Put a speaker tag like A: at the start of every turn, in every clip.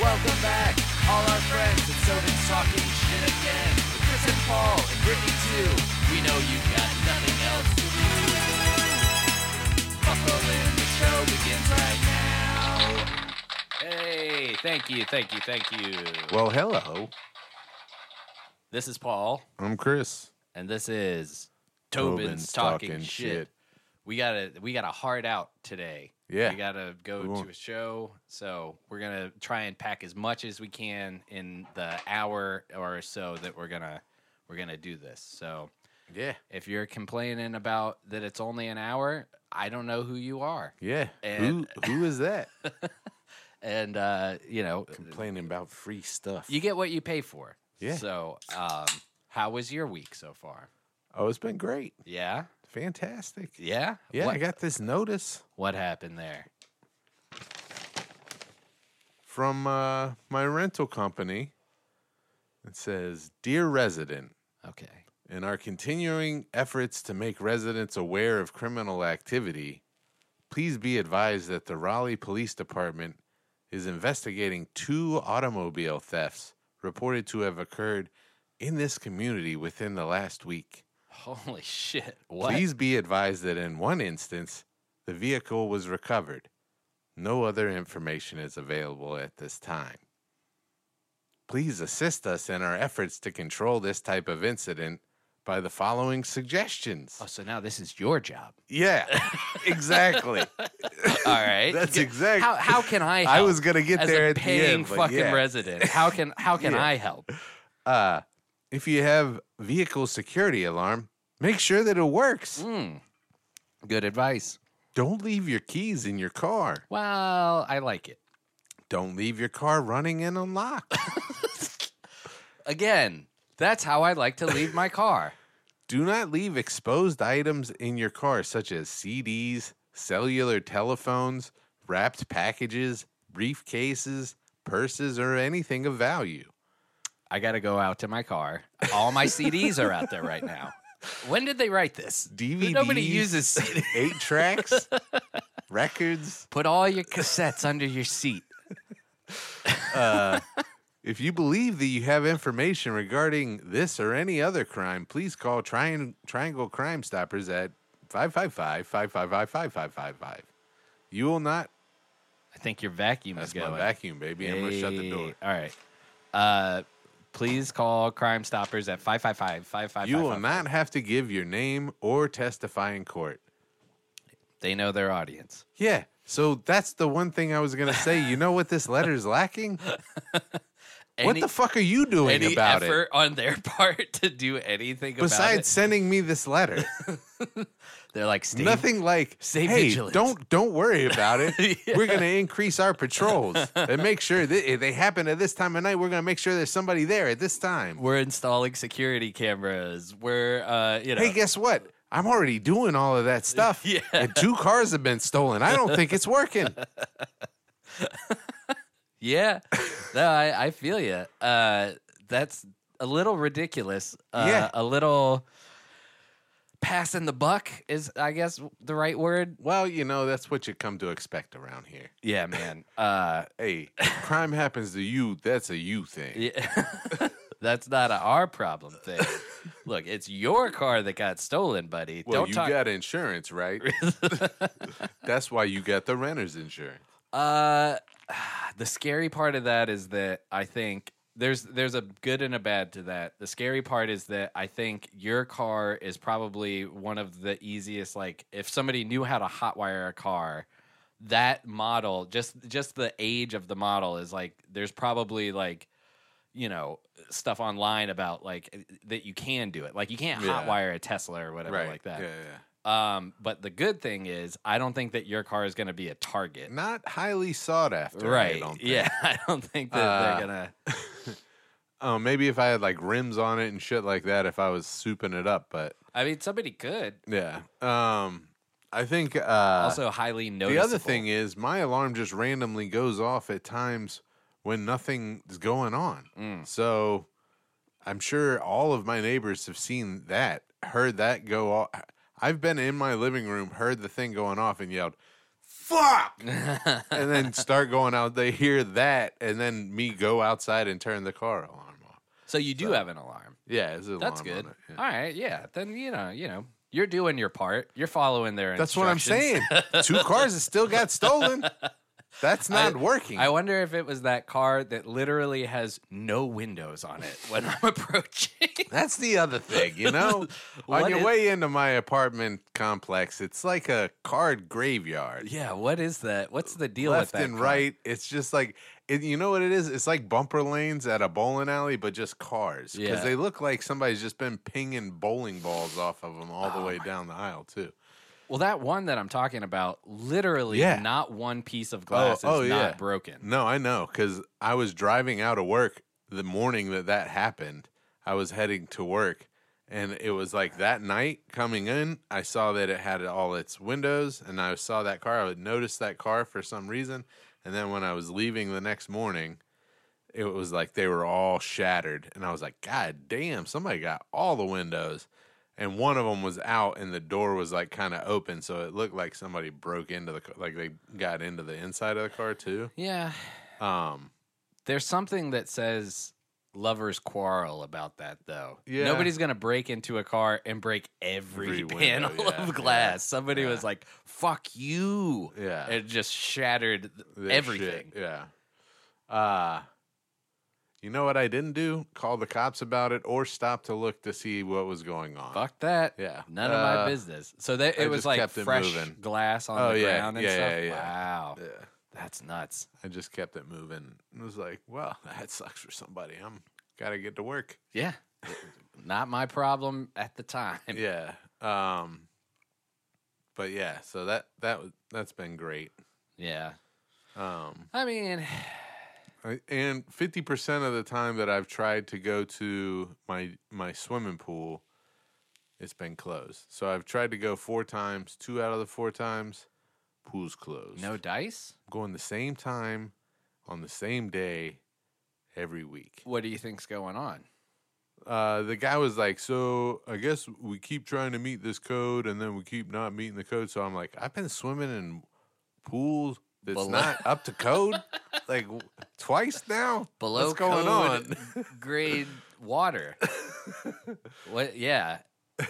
A: Welcome back, all our friends. And so did talking shit again. With Chris and Paul and Brittany too. We know you've got nothing else to do. Buckle in, the show begins right now. Hey, thank you, thank you, thank you.
B: Well, hello.
A: This is Paul,
B: I'm Chris.
A: and this is Tobin's,
B: Tobin's
A: talking,
B: Talking
A: shit.
B: Shit.
A: We got a we got a hard out today.
B: Yeah.
A: we got to
B: We
A: go
B: won't.
A: to a show, so we're gonna try and pack as much as we can in the hour or so that we're gonna we're gonna do this. So
B: Yeah.
A: if you're complaining about that it's only an hour, I don't know who you are,
B: Yeah.
A: And-
B: who who is that?
A: and uh, you know
B: Complaining about free stuff.
A: you get what you pay for.
B: Yeah.
A: So, um, how was your week so far?
B: Oh, it's been great.
A: Yeah.
B: Fantastic.
A: Yeah.
B: Yeah,
A: What,
B: I got this notice
A: what happened there?
B: from uh, my rental company. It says, "Dear resident,
A: Okay.
B: in our continuing efforts to make residents aware of criminal activity, please be advised that the Raleigh Police Department is investigating two automobile thefts reported to have occurred in this community within the last week.
A: Holy shit. What?
B: Please be advised that in one instance, the vehicle was recovered. No other information is available at this time. Please assist us in our efforts to control this type of incident by the following suggestions.
A: Oh, so now this is your job.
B: Yeah, exactly.
A: All right.
B: That's
A: G-
B: exact-
A: How, how can I help?
B: I was gonna get
A: as
B: there
A: a
B: at the
A: paying
B: end, but
A: fucking
B: yeah.
A: resident. How can how can
B: Yeah.
A: I help?
B: Uh, if you have vehicle security alarm, make sure that it works.
A: Mm. Good advice.
B: Don't leave your keys in your car.
A: Well, I like it.
B: Don't leave your car running and unlocked.
A: Again, that's how I like to leave my car.
B: Do not leave exposed items in your car, such as CDs, cellular telephones, wrapped packages, briefcases, purses, or anything of value.
A: I got to go out to my car. All my CDs are out there right now. When did they write this?
B: DVDs,
A: Nobody uses CDs.
B: eight tracks, records.
A: Put all your cassettes under your seat.
B: Uh, if you believe that you have information regarding this or any other crime, please call Trian- Triangle Crime Stoppers at 555 555 5555. You will not.
A: I think your vacuum
B: That's
A: is going.
B: my vacuum, baby. I'm going to shut the door.
A: All right. Uh, please call Crime Stoppers at 555 555.
B: You will not have to give your name or testify in court.
A: They know their audience.
B: Yeah. So that's the one thing I was going to say. You know what this letter is lacking? what
A: Any-
B: the fuck are you doing
A: any
B: about it?
A: effort on their part to do anything
B: Besides sending me this letter,
A: about it? They're like, Steve,
B: nothing like
A: stay
B: hey,
A: vigilant."
B: don't don't worry about it.
A: Yeah.
B: We're gonna increase our patrols and make sure that if they happen at this time of night, we're gonna make sure there's somebody there at this time.
A: We're installing security cameras. We're, uh, you know.
B: Hey, guess what? I'm already doing all of that stuff.
A: Yeah.
B: And two cars have been stolen. I don't think it's working.
A: yeah. No, I, I feel you. Uh, that's a little ridiculous. Uh,
B: Yeah.
A: A little passing the buck is, I guess, the right word.
B: Well, you know, that's what you come to expect around here.
A: Yeah, man. Uh,
B: Hey, if crime happens to you. That's a you thing.
A: Yeah. That's not a our problem thing. Look, it's your car that got stolen, buddy.
B: Well,
A: Don't
B: you
A: talk.
B: got insurance, right? that's why you got the renter's insurance.
A: uh, the scary part of that is that I think there's there's a good and a bad to that. The scary part is that I think your car is probably one of the easiest. Like, if somebody knew how to hotwire a car, that model just just the age of the model is like there's probably like you know stuff online about like that you can do it like you can't
B: Yeah.
A: hotwire a tesla or whatever
B: right.
A: like that
B: Yeah, yeah.
A: um but the good thing is i don't think that your car is going to be a target
B: Not highly sought after. I
A: right
B: don't think.
A: yeah i don't think that
B: Uh,
A: they're gonna
B: Oh, maybe if I had like rims on it and shit like that, if I was souping it up, but
A: i mean somebody could
B: yeah. Um, I think uh,
A: also highly
B: the
A: noticeable
B: other thing is my alarm just randomly goes off at times when nothing's going on.
A: Mm.
B: So I'm sure all of my neighbors have seen that, heard that go off. I've been in my living room, heard the thing going off, and yelled, fuck, and then start going out. They hear that, and then me go outside and turn the car alarm off.
A: so you do have an alarm.
B: Yeah, it's an
A: That's
B: alarm
A: good.
B: on it, yeah.
A: All right, yeah. Then you know, you know, you're doing your part. You're following their.
B: That's what I'm
A: instructions.
B: saying. Two cars that still got stolen. That's not working.
A: I wonder if it was that car that literally has no windows on it when I'm approaching.
B: That's the other thing, you know?
A: What
B: On your
A: is-
B: way into my apartment complex, it's like a card graveyard.
A: yeah, what is that? What's the deal with
B: Left
A: that?
B: and
A: car?
B: right, it's just like, it, you know what it is? It's like bumper lanes at a bowling alley, but just cars. Because
A: Yeah.
B: they look like somebody's just been pinging bowling balls off of them all the
A: Oh
B: way down the aisle, too.
A: Well, that one that I'm talking about, literally,
B: Yeah.
A: not one piece of glass
B: oh,
A: is
B: yeah.
A: not broken.
B: No, I know because I was driving out of work the morning that that happened. I was heading to work, and it was like that night coming in. I saw that it had all its windows, and I saw that car. I would notice that car for some reason, and then when I was leaving the next morning, it was like they were all shattered, and I was like, "God damn! Somebody got all the windows." And one of them was out, and the door was like kind of open, so it looked like somebody broke into the ca- like they got into the inside of the car too.
A: Yeah,
B: Um,
A: there's something that says lovers quarrel about that though.
B: Yeah.
A: Nobody's gonna break into a car and break every,
B: Every window,
A: panel
B: yeah,
A: of
B: yeah,
A: glass. Somebody
B: yeah.
A: was like, "Fuck you."
B: yeah,
A: It just shattered th-
B: their
A: everything.
B: shit, Yeah. Uh you know what I didn't do? Call the cops about it or stop to look to see what was going on.
A: Fuck that.
B: Yeah.
A: None of my
B: Uh,
A: business. So that
B: I
A: it was
B: just
A: like
B: kept it
A: fresh
B: moving.
A: glass on
B: Oh,
A: the
B: yeah,
A: ground and
B: yeah,
A: stuff.
B: yeah, yeah.
A: Wow,
B: Yeah.
A: that's nuts.
B: I just kept it moving. It was like, well, that sucks for somebody. I'm gotta get to work.
A: Yeah, not my problem at the time.
B: Yeah. Um. But yeah, so that that was that's been great.
A: yeah.
B: Um.
A: I mean,
B: I- And fifty percent of the time that I've tried to go to my my swimming pool, it's been closed. So I've tried to go four times. Two out of the four times, pool's closed.
A: no dice.
B: going the same time, on the same day, every week.
A: What do you think's going on?
B: Uh, the guy was like, "So I guess we keep trying to meet this code, and then we keep not meeting the code." So I'm like, "I've been swimming in pools that's
A: Below-
B: not up to code, like w- twice now.
A: Below
B: What's going
A: code
B: on?"
A: grade water. what? Yeah,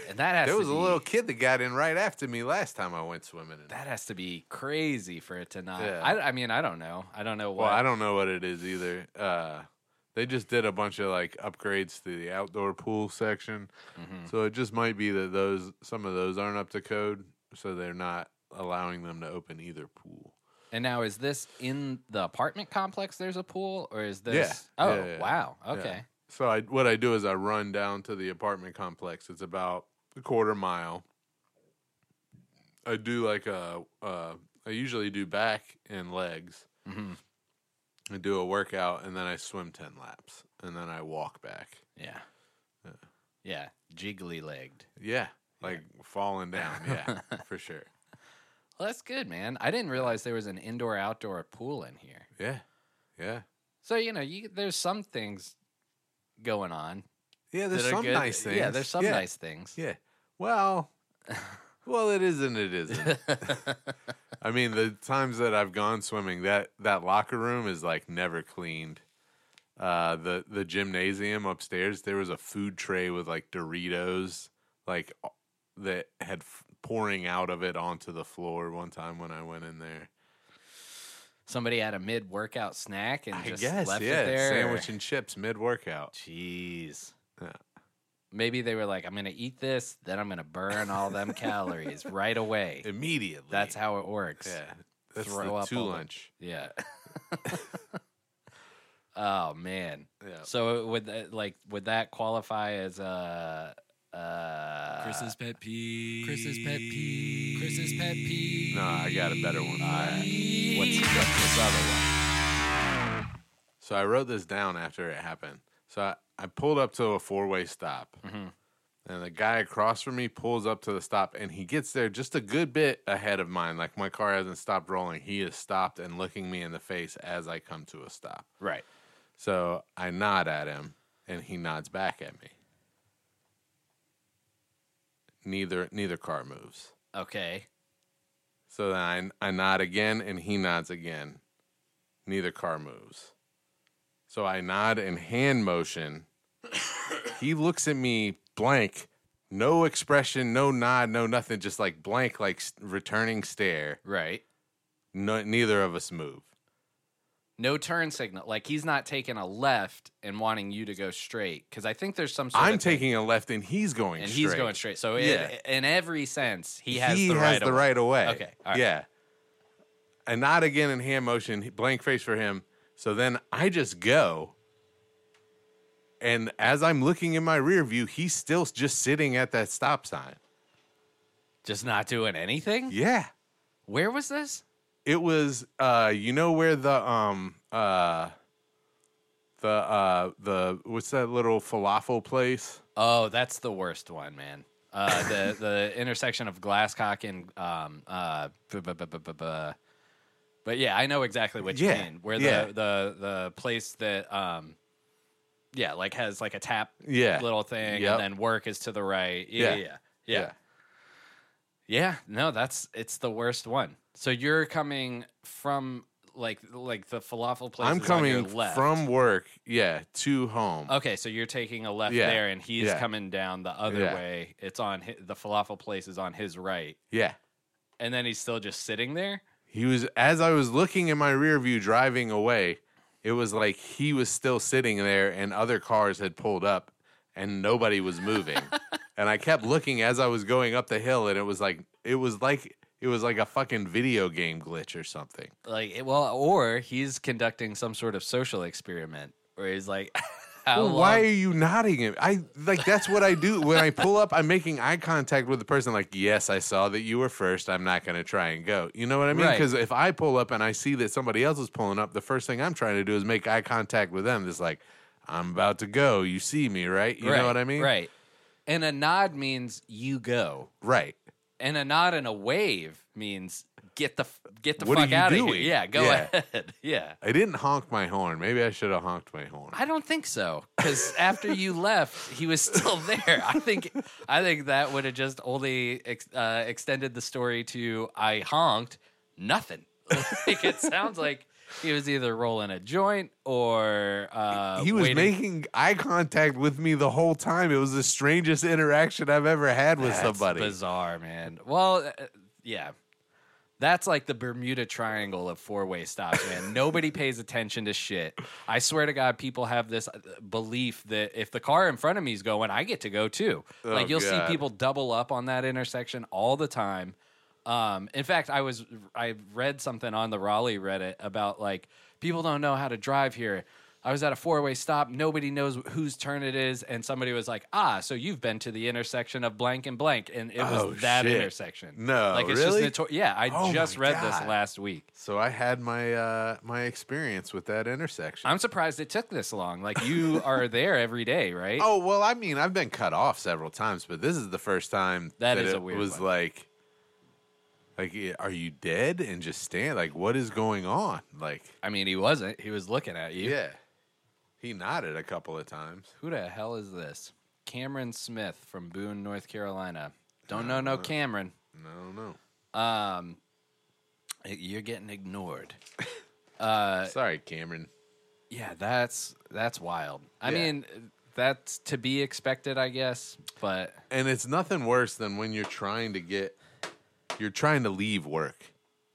A: and that has
B: There
A: to
B: was a
A: be-
B: little kid that got in right after me last time I went swimming. In.
A: That has to be crazy for it to not.
B: Yeah.
A: I, I mean, I don't know. I don't know why.
B: well, I don't know what it is either. Uh, they just did a bunch of like upgrades to the outdoor pool section,
A: Mhm.
B: so it just might be that those some of those aren't up to code, so they're not allowing them to open either pool.
A: And now, is this in the apartment complex? There's a pool, or is this?
B: Yeah.
A: Oh,
B: Yeah, yeah,
A: wow.
B: yeah.
A: Okay.
B: So I what I do is I run down to the apartment complex. It's about a quarter mile. I do like a uh, I usually do back and legs.
A: hmm
B: I do a workout and then I swim 10 laps and then I walk back.
A: Yeah.
B: Yeah.
A: Yeah. Jiggly legged.
B: Yeah. Like falling down. Yeah, for sure.
A: Well, that's good, man. I didn't realize there was an indoor outdoor pool in here.
B: Yeah. Yeah.
A: So you know, you, there's some things going on. that
B: Yeah, there's
A: are
B: some
A: good.
B: nice things.
A: Yeah, there's some nice things.
B: Yeah. Well, well, it is and it isn't. I mean, the times that I've gone swimming, that that locker room is like never cleaned. Uh, the the gymnasium upstairs, there was a food tray with like Doritos, like o- that had f- pouring out of it onto the floor one time when I went in there.
A: Somebody had a mid workout snack and
B: I
A: just
B: guess,
A: left
B: yeah,
A: it there.
B: sandwich and chips mid workout.
A: Jeez.
B: Yeah.
A: Maybe they were like, I'm going to eat this, then I'm going to burn all them calories right away.
B: Immediately.
A: That's how it works.
B: Yeah, that's
A: throw
B: the
A: up
B: two
A: all the-
B: lunch.
A: Yeah. oh, man.
B: Yeah.
A: So uh, would that, like would that qualify as a uh
C: Chris's pet peeve. Chris's pet peeve. Chris's pet peeve.
B: No, I got a better one. for that.
A: what's, what's this other
B: So I wrote this down after it happened. So I, I pulled up to a four way stop,
A: one? Mhm.
B: and the guy across from me pulls up to the stop, and he gets there just a good bit ahead of mine. Like my car hasn't stopped rolling. He has stopped and looking me in the face as I come to a stop.
A: Right.
B: So I nod at him, and he nods back at me. Neither neither car moves.
A: Okay.
B: So then I, I nod again and he nods again. Neither car moves. So I nod and hand motion. he looks at me blank, no expression, no nod, no nothing, just like blank, like s- returning stare.
A: Right.
B: No, neither of us move.
A: No turn signal. Like he's not taking a left and wanting you to go straight. Because I think there's some. Sort
B: I'm
A: of thing-
B: taking a left and he's going
A: and
B: straight.
A: he's going straight. So in-
B: Yeah.
A: in, every sense, he has the right. of way.
B: away.
A: Okay, all right.
B: Yeah. And not again in hand motion, blank face for him. So then I just go. And as I'm looking in my rear view, he's still just sitting at that stop sign.
A: Just not doing anything.
B: Yeah.
A: Where was this?
B: It was uh you know where the um uh the uh the what's that little falafel place?
A: Oh, that's the worst one, man. Uh, the the intersection of Glasscock and um uh, bu- bu- bu- bu- bu- bu- but yeah, I know exactly what you
B: Yeah,
A: mean. Where
B: yeah.
A: the the the place that um yeah, like has like a tap
B: Yeah.
A: little thing,
B: Yep.
A: and then work is to the right. Yeah,
B: Yeah,
A: yeah, yeah, yeah. no, that's it's the worst one. So you're coming from like like the falafel place.
B: I'm
A: is on your
B: coming
A: left. Oh.
B: from work, yeah, to home.
A: Okay, so you're taking a left
B: Yeah.
A: there, and he's
B: Yeah.
A: coming down the other
B: Yeah.
A: way. It's on hi the falafel place is on his right,
B: Yeah.
A: and then he's still just sitting there.
B: he was as I was looking in my rear view driving away, it was like he was still sitting there and other cars had pulled up and nobody was moving. and I kept looking as I was going up the hill and it was like it was like it was like a fucking video game glitch or something.
A: Like, it- well, or he's conducting some sort of social experiment where he's like, "How
B: Well,
A: long?"
B: why are you nodding at I like that's what I do when I pull up I'm making eye contact with the person like yes I saw that you were first I'm not going to try and go. You know what I mean?
A: Right.
B: Cuz if I pull up and I see that somebody else is pulling up the first thing I'm trying to do is make eye contact with them. It's like I'm about to go. You see me, right? You
A: Right,
B: know what I mean?
A: Right. And a nod means you go,
B: Right.
A: and a nod and a wave means get the f- get the
B: What are
A: fuck
B: you
A: out of here.
B: doing?
A: Yeah, go
B: Yeah.
A: ahead. yeah.
B: I didn't honk my horn. Maybe I should have honked my horn.
A: I don't think so, because after you left, he was still there. I think, I think that would have just only ex- uh, extended the story to I honked nothing. Like it sounds like he was either rolling a joint or uh,
B: he was
A: waiting-
B: making eye contact with me the whole time. It was the strangest interaction I've ever had with
A: That's
B: somebody.
A: bizarre, man. Well, uh, yeah. That's like the Bermuda Triangle of four-way stops, man. Nobody pays attention to shit. I swear to God, people have this uh, belief that if the car in front of me is going, I get to go too. like you'll
B: Oh, God.
A: see people double up on that intersection all the time. Um, in fact, I was I read something on the Raleigh Reddit about like people don't know how to drive here. I was at a four way stop. Nobody knows whose turn it is, and somebody was like, "Ah, so you've been to the intersection of blank and blank," and it was
B: Oh,
A: that
B: shit.
A: intersection.
B: No,
A: like it's
B: really?
A: just notor- yeah. I
B: Oh,
A: just
B: my
A: read this
B: God.
A: last week.
B: So I had my uh my experience with that intersection.
A: I'm surprised it took this long. Like you are there every day, right?
B: oh well, I mean, I've been cut off several times, but this is the first time
A: That is
B: it
A: a weird
B: was
A: one.
B: like, like, i- are you dead and just stand? Like, what is going on? Like,
A: I mean, he wasn't. He was looking at you.
B: yeah, he nodded a couple of times.
A: Who the hell is this? Cameron Smith from Boone, North Carolina. Don't know
B: Uh-huh.
A: no Cameron.
B: And I don't know.
A: Um, you're getting ignored. Uh,
B: Sorry, Cameron.
A: Yeah, that's that's wild. I
B: Yeah.
A: mean, that's to be expected, I guess. But
B: And it's nothing worse than when you're trying to get, you're trying to leave work.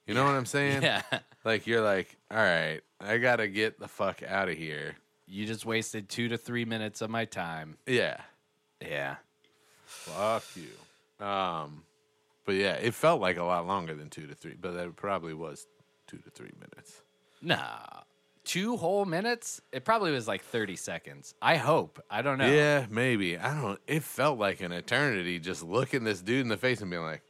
B: You know what I'm saying?
A: yeah,
B: Like you're like, all right, I gotta get the fuck out of here.
A: you just wasted two to three minutes of my time.
B: Yeah.
A: Yeah,
B: Fuck you. Um, but yeah, it felt like a lot longer than two to three, but that probably was two to three minutes.
A: nah, two whole minutes. It probably was like thirty seconds. I hope. I don't know.
B: Yeah, maybe. I don't. It felt like an eternity just looking this dude in the face and being like,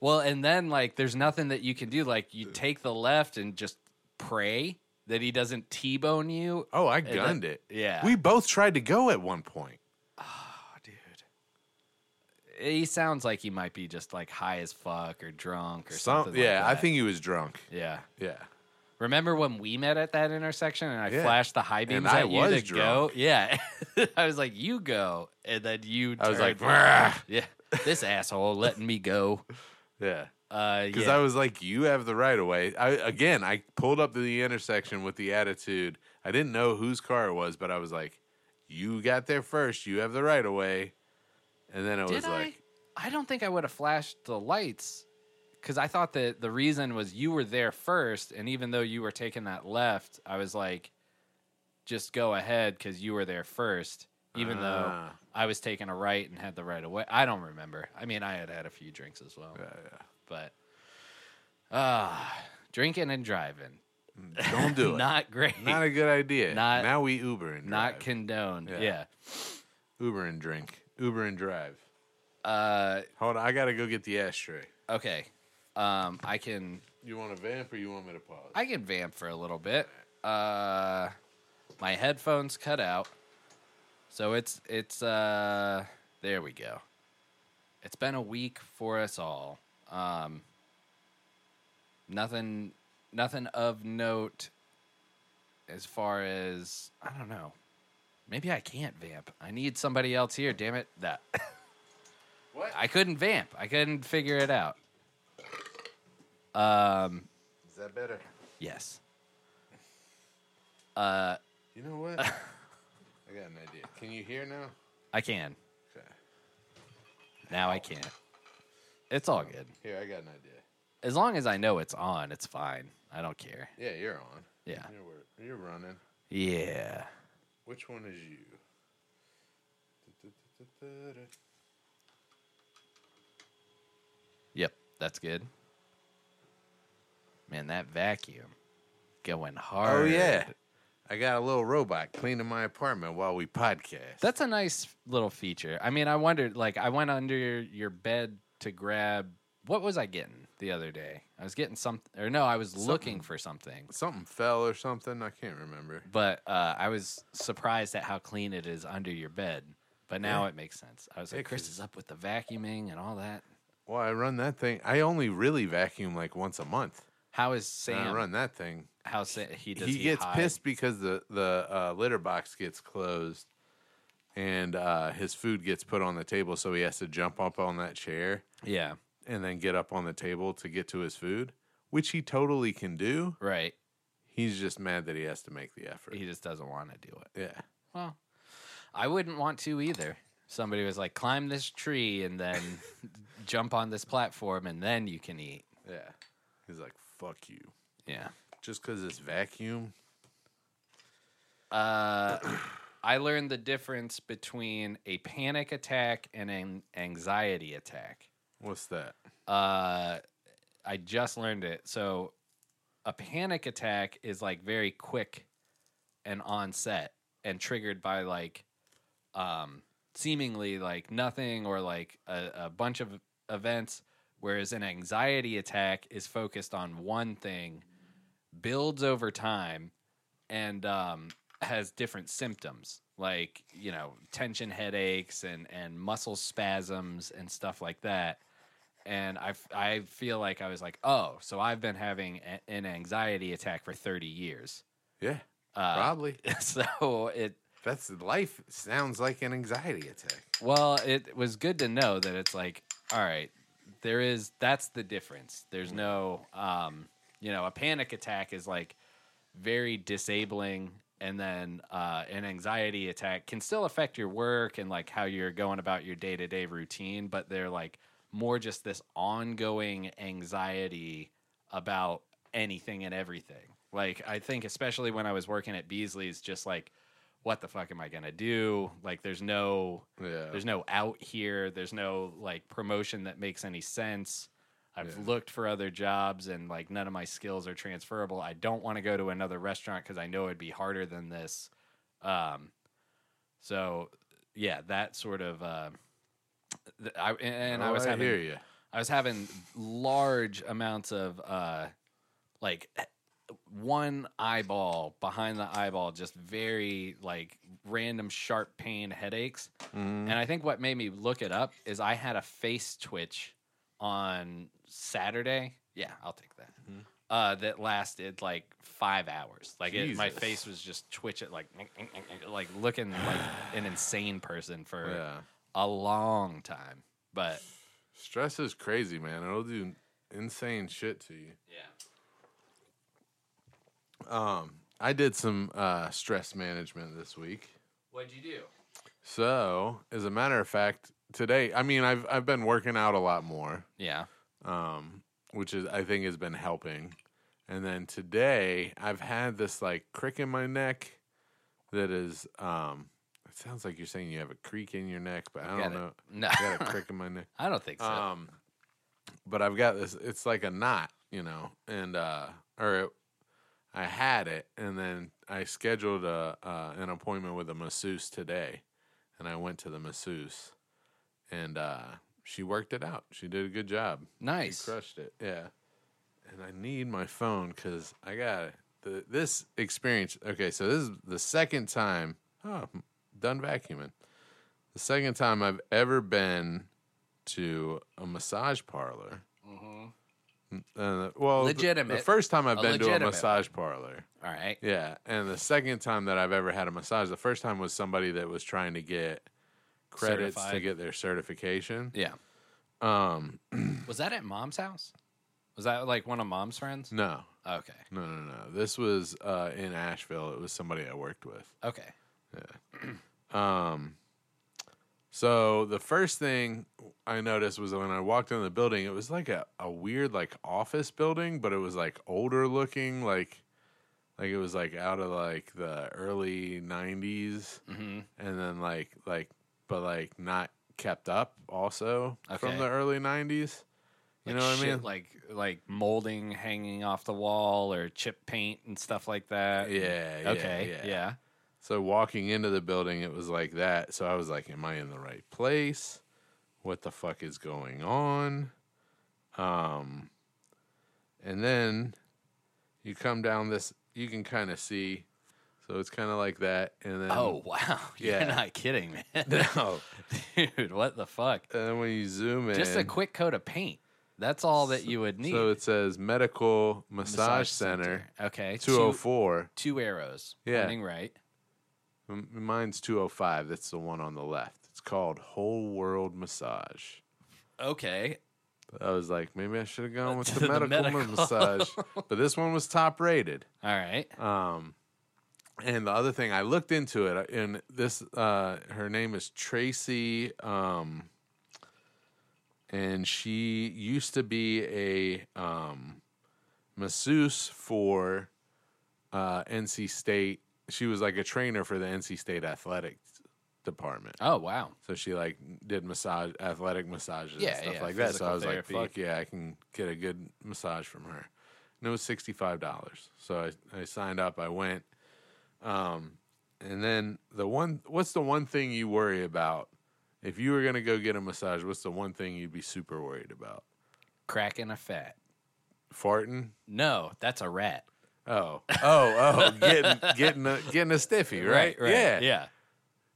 A: Well, and then like there's nothing that you can do. Like you take the left and just pray that he doesn't T-bone you.
B: "Oh, I
A: that-
B: gunned it."
A: yeah.
B: we both tried to go at one point.
A: Oh, dude. He sounds like he might be just like high as fuck or drunk or
B: Some,
A: something.
B: yeah,
A: like
B: I
A: that.
B: think he was drunk.
A: Yeah.
B: Yeah,
A: Remember when we met at that intersection and I
B: Yeah.
A: flashed the high beams
B: I
A: at you
B: was
A: to
B: drunk.
A: go? Yeah. I was like, "You go," and then you.
B: I was like,
A: turned.
B: "Brah."
A: "Yeah, this asshole letting me go."
B: yeah.
A: Uh,
B: because
A: yeah.
B: I was like, "You have the right of way." I, again, I pulled up to the intersection with the attitude. I didn't know whose car it was, but I was like, "You got there first. You have the right of way." And then it
A: Did
B: was
A: I?
B: like,
A: I don't think I would have flashed the lights because I thought that the reason was you were there first, and even though you were taking that left, I was like, just go ahead because you were there first, even though
B: Ah.
A: I was taking a right and had the right of way. I don't remember. I mean, I had had a few drinks as well, but ah, drinking and driving,
B: "Don't do it. not,
A: not great, not,
B: a good idea."
A: Not-
B: now we Uber and drive.
A: condoned.
B: Yeah.
A: Yeah.
B: Uber and drink. Uber and drive.
A: Uh,
B: Hold on, I gotta go get the ashtray.
A: okay. Um, I can
B: You want a vamp or you want me to pause?
A: I can vamp for a little bit. Uh, my headphones cut out, so it's it's uh there we go. It's been a week for us all. Um, nothing nothing of note as far as I don't know. Maybe I can't vamp. I need somebody else here. Damn it! That
B: What?
A: I couldn't vamp. I couldn't figure it out.
B: Is that better?
A: Yes.
B: You know what? I got an idea. Can you hear now?
A: I can.
B: Okay.
A: Now I can't. It's all good.
B: Here, I got an idea.
A: As long as I know it's on, it's fine. I don't care.
B: Yeah, you're on.
A: Yeah.
B: You're, wor- you're running.
A: Yeah.
B: Which one is you? Du-du-du-du-du-du.
A: Yep. That's good. Man, that vacuum going hard.
B: Oh yeah, I got a little robot cleaning my apartment while we podcast.
A: That's a nice little feature. I mean, I wondered, like, I went under your bed to grab. What was I getting the other day? I was getting something, or no, I was looking for something.
B: something fell or something. I can't remember.
A: But uh, I was surprised at how clean it is under your bed. But now it makes sense. I was like,
B: Yeah,
A: Chris
B: 'cause-
A: is up with the vacuuming and all that.
B: Well, I run that thing. I only really vacuum like once a month.
A: How is
B: And I
A: Sam?
B: run that thing.
A: How Sam, he does?
B: he, gets
A: hide?
B: pissed because the the uh, litter box gets closed, and uh, his food gets put on the table, so he has to jump up on that chair
A: Yeah.
B: and then get up on the table to get to his food, which he totally can do.
A: Right.
B: He's just mad that he has to make the effort.
A: He just doesn't want to do it.
B: yeah.
A: Well, I wouldn't want to either. Somebody was like, climb this tree and then jump on this platform and then you can eat.
B: Yeah. He's like, fuck you.
A: Yeah.
B: Just because it's vacuum.
A: Uh, I learned the difference between a panic attack and an anxiety attack.
B: What's that?
A: Uh, I just learned it. So, a panic attack is like very quick and onset and triggered by like um, seemingly like nothing or like a, a bunch of events, whereas an anxiety attack is focused on one thing, builds over time, and um, has different symptoms like you know tension headaches and and muscle spasms and stuff like that and I, f- I feel like I was like, oh, so I've been having a- an anxiety attack for 30 years.
B: Yeah.
A: Uh,
B: Probably.
A: so it,
B: That's life sounds like an anxiety attack.
A: well, it was good to know that it's like, all right, there is, that's the difference. There's no, um, you know, a panic attack is like very disabling. And then uh, an anxiety attack can still affect your work and like how you're going about your day to day routine, but they're like more just this ongoing anxiety about anything and everything. Like, I think, especially when I was working at Beasley's, just like, what the fuck am I gonna do? Like, there's no
B: Yeah.
A: there's no out here. There's no like promotion that makes any sense. I've
B: Yeah.
A: looked for other jobs and like none of my skills are transferable. I don't want to go to another restaurant because I know it'd be harder than this. Um, so yeah, that sort of. Uh, th- I, and and I
B: Oh,
A: was having
B: hear you.
A: I was having large amounts of uh like one eyeball behind the eyeball just very like random sharp pain headaches.
B: Mm-hmm.
A: And I think what made me look it up is I had a face twitch on Saturday. Yeah, I'll take that.
B: Mm-hmm.
A: Uh, that lasted like five hours. Like it, my
B: Jesus.
A: face was just twitching, like like looking like an insane person for
B: Yeah.
A: a long time. But
B: Stress is crazy, man. It'll do insane shit to you.
A: Yeah.
B: Um, I did some uh, stress management this week.
A: What'd you do?
B: So, as a matter of fact, today, I mean, I've I've been working out a lot more,
A: Yeah.
B: um, which is I think has been helping. And then today, I've had this like crick in my neck that is. Um, it sounds like you're saying you have a creak in your neck, but I
A: got
B: don't
A: it.
B: know.
A: No.
B: I got a crick in my neck.
A: I don't think so.
B: Um, but I've got this. It's like a knot, you know, and uh, or it, I had it, and then I scheduled a uh, an appointment with a masseuse today, and I went to the masseuse, and uh, she worked it out. She did a good job.
A: nice.
B: She crushed it. Yeah. And I need my phone because I got it. The, this experience. Okay, so this is the second time. Oh, I'm done vacuuming. The second time I've ever been to a massage parlor.
A: Mhm.
B: Uh, well, the- The
A: Legitimate.
B: first time I've
A: A
B: been to
A: legitimate.
B: a massage parlor.
A: All right.
B: Yeah, and the second time that I've ever had a massage, the first time was somebody that was trying to get credits to
A: Certified.
B: get their certification.
A: Yeah.
B: Um,
A: Was that at mom's house? Was that like one of mom's friends?
B: no,
A: Okay.
B: No, no, no. This was uh, in Asheville. It was somebody I worked with.
A: Okay.
B: Um, so the first thing I noticed was when I walked into the building, it was like a, a weird like office building, but it was like older looking, like like it was like out of like the early '90s,
A: hmm
B: and then like like but like not kept up also
A: Okay.
B: from the early '90s. You know what I mean?
A: Like like molding hanging off the wall or chip paint and stuff like that.
B: yeah.
A: Okay. Yeah.
B: So walking into the building, it was like that. So I was like, "Am I in the right place? What the fuck is going on?" Um, and then you come down this. You can kind of see. So it's kind of like that, and then
A: Oh wow.
B: Yeah.
A: You're not kidding, man.
B: no.
A: Dude, what the fuck?
B: And then when you zoom in,
A: Just a quick coat of paint. That's all that you would need.
B: So it says Medical Massage, Center,
A: Okay.
B: two hundred four.
A: Two, two arrows.
B: Yeah.
A: Running right.
B: Mine's two hundred five. That's the one on the left. It's called Whole World Massage.
A: Okay.
B: I was like, maybe I should have gone with
A: To
B: the,
A: the
B: medical,
A: medical.
B: massage, but this one was top rated.
A: All right.
B: Um, and the other thing, I looked into it, and this uh, her name is Tracy, um, and she used to be a um, masseuse for uh, NC State. She was like a trainer for the NC State athletic department.
A: Oh wow.
B: So she like did massage, athletic massages, and
A: Yeah,
B: stuff
A: yeah,
B: like that. So
A: physical
B: I was
A: therapy.
B: like, "Fuck yeah, I can get a good massage from her." And it was sixty five dollars. So I, I signed up. I went. Um, and then the one, what's the one thing you worry about if you were gonna go get a massage? What's the one thing you'd be super worried about?
A: Cracking a fat.
B: Farting.
A: No, that's a rat.
B: Oh, oh, oh! Getting, getting, a, getting a stiffy, right? Yeah,
A: Yeah.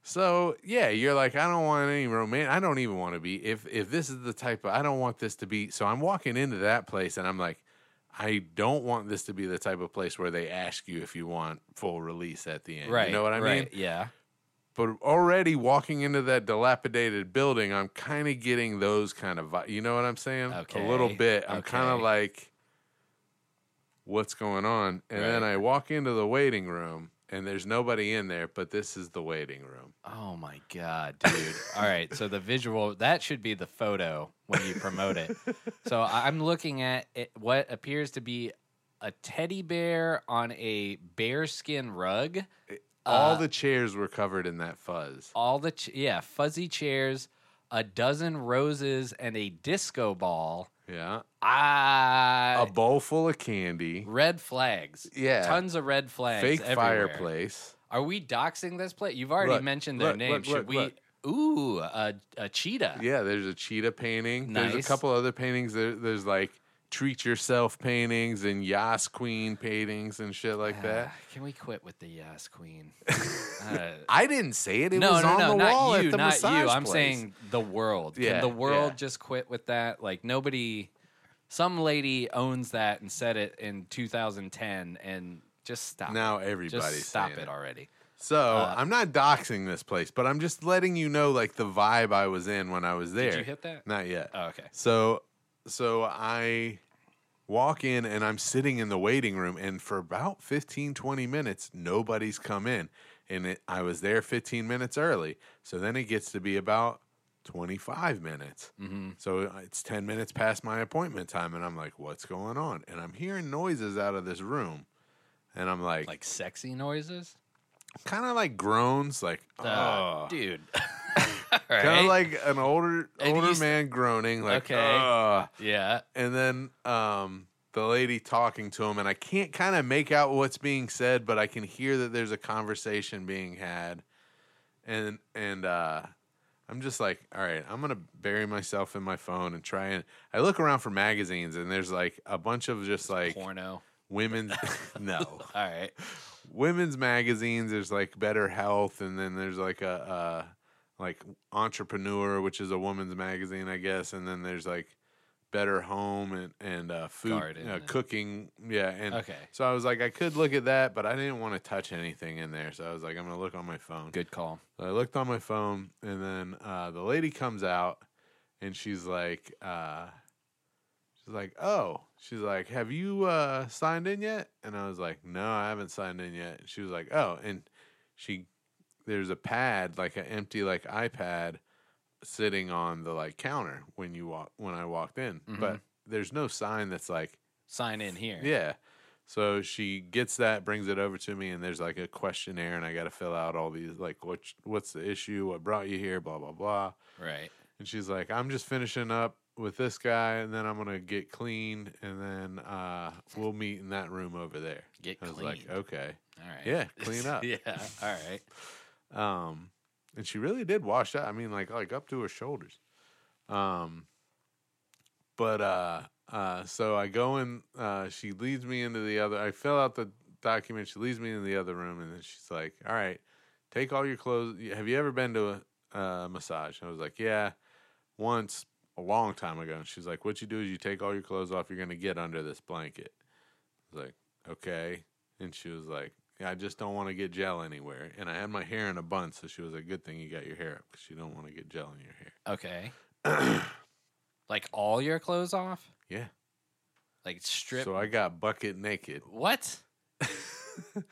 B: So yeah, you're like, I don't want any romance. I don't even want to be. If if this is the type of, I don't want this to be. So I'm walking into that place and I'm like, I don't want this to be the type of place where they ask you if you want full release at the end.
A: Right.
B: You know what I
A: right,
B: mean?
A: Yeah.
B: But already walking into that dilapidated building, I'm kind of getting those kind of. vi- You know what I'm saying? A little
A: Okay,
B: bit. I'm kind of
A: okay.
B: like, what's going on? And then
A: Right.
B: I walk into the waiting room and there's nobody in there, but this is the waiting room.
A: Oh my god, dude! All right, so the visual that should be the photo when you promote it. So I- I'm looking at it, what appears to be a teddy bear on a bearskin rug.
B: All
A: Uh,
B: the chairs were covered in that fuzz.
A: all the ch- yeah fuzzy chairs, a dozen roses, and a disco ball.
B: Yeah.
A: Ah,
B: a bowl full of candy.
A: red flags.
B: Yeah.
A: Tons of red flags.
B: fake
A: everywhere.
B: fireplace.
A: Are we doxing this place? You've already
B: Look,
A: mentioned their
B: look,
A: name.
B: look,
A: Should
B: look,
A: we? Ooh, a, a cheetah.
B: Yeah, there's a cheetah painting. There's
A: Nice.
B: a couple other paintings. There, there's like treat yourself paintings and Yas Queen paintings and shit like
A: Ah,
B: that.
A: Can we quit with the yes queen? Uh,
B: I didn't say it. It
A: no,
B: was
A: no,
B: on
A: no,
B: the wall
A: not you,
B: at the
A: not you.
B: massage
A: I'm
B: place.
A: saying the world.
B: Yeah,
A: Can the world
B: yeah.
A: just quit with that? Like nobody, some lady owns that and said it in 2010, and just stop.
B: now
A: it.
B: everybody's
A: just stop
B: saying
A: it uh, already.
B: So I'm not doxing this place, but I'm just letting you know like the vibe I was in when I was there.
A: Oh, Did you hit that?
B: Not yet.
A: Oh, okay.
B: So so I walk in and I'm sitting in the waiting room and for about 15 20 minutes nobody's come in and it, I was there 15 minutes early. So then it gets to be about 25 minutes.
A: Mm-hmm.
B: So it's 10 minutes past my appointment time and I'm like what's going on? And I'm hearing noises out of this room. And I'm like,
A: Like sexy noises.
B: kind of like groans like
A: Uh,
B: oh.
A: dude. All right.
B: Kind of like an older
A: And
B: older
A: you s-
B: man groaning like
A: Okay.
B: "Ugh."
A: yeah.
B: and then um, the lady talking to him, and I can't kind of make out what's being said, but I can hear that there's a conversation being had, and and uh, I'm just like, all right, I'm gonna bury myself in my phone and try and I look around for magazines, and there's like a bunch of just like
A: Porno.
B: women's no
A: All right.
B: women's magazines. There's like Better Health, and then there's like a, a like Entrepreneur, which is a woman's magazine, I guess. And then there's like Better Home and and uh, food,
A: Garden.
B: uh, cooking, yeah. And
A: Okay.
B: so I was like, I could look at that, but I didn't want to touch anything in there. So I was like, I'm gonna look on my phone.
A: Good call.
B: So I looked on my phone, and then uh, the lady comes out, and she's like, uh, she's like, oh, she's like, have you uh, signed in yet? And I was like, no, I haven't signed in yet. And she was like, oh, and she, there's a pad, like an empty like iPad, sitting on the like counter when you walk when I walked in,
A: Mhm.
B: but there's no sign that's like
A: Sign in here.
B: yeah. So she gets that, brings it over to me, and there's like a questionnaire, and I got to fill out all these like, what, what's the issue? What brought you here? Blah blah blah.
A: Right.
B: And she's like, I'm just finishing up with this guy, and then I'm gonna get clean, and then uh, we'll meet in that room over there.
A: Get
B: I was
A: clean.
B: like, okay.
A: All right.
B: yeah, clean up.
A: yeah. All right.
B: Um, and she really did wash out. I mean, like like up to her shoulders. Um, but uh, uh, so I go in. Uh, she leads me into the other. I fill out the document. She leads me into the other room, and then she's like, "All right, take all your clothes. Have you ever been to a, a massage?" And I was like, "Yeah, once." A long time ago, and she's like, "What you do is you take all your clothes off. You're gonna get under this blanket." I was like, "Okay," and she was like, "Yeah, I just don't want to get gel anywhere." And I had my hair in a bun, so she was like, "Good thing you got your hair up because you don't want to get gel in your hair."
A: Okay. like all your clothes off?
B: Yeah.
A: Like strip.
B: So I got bucket naked.
A: what?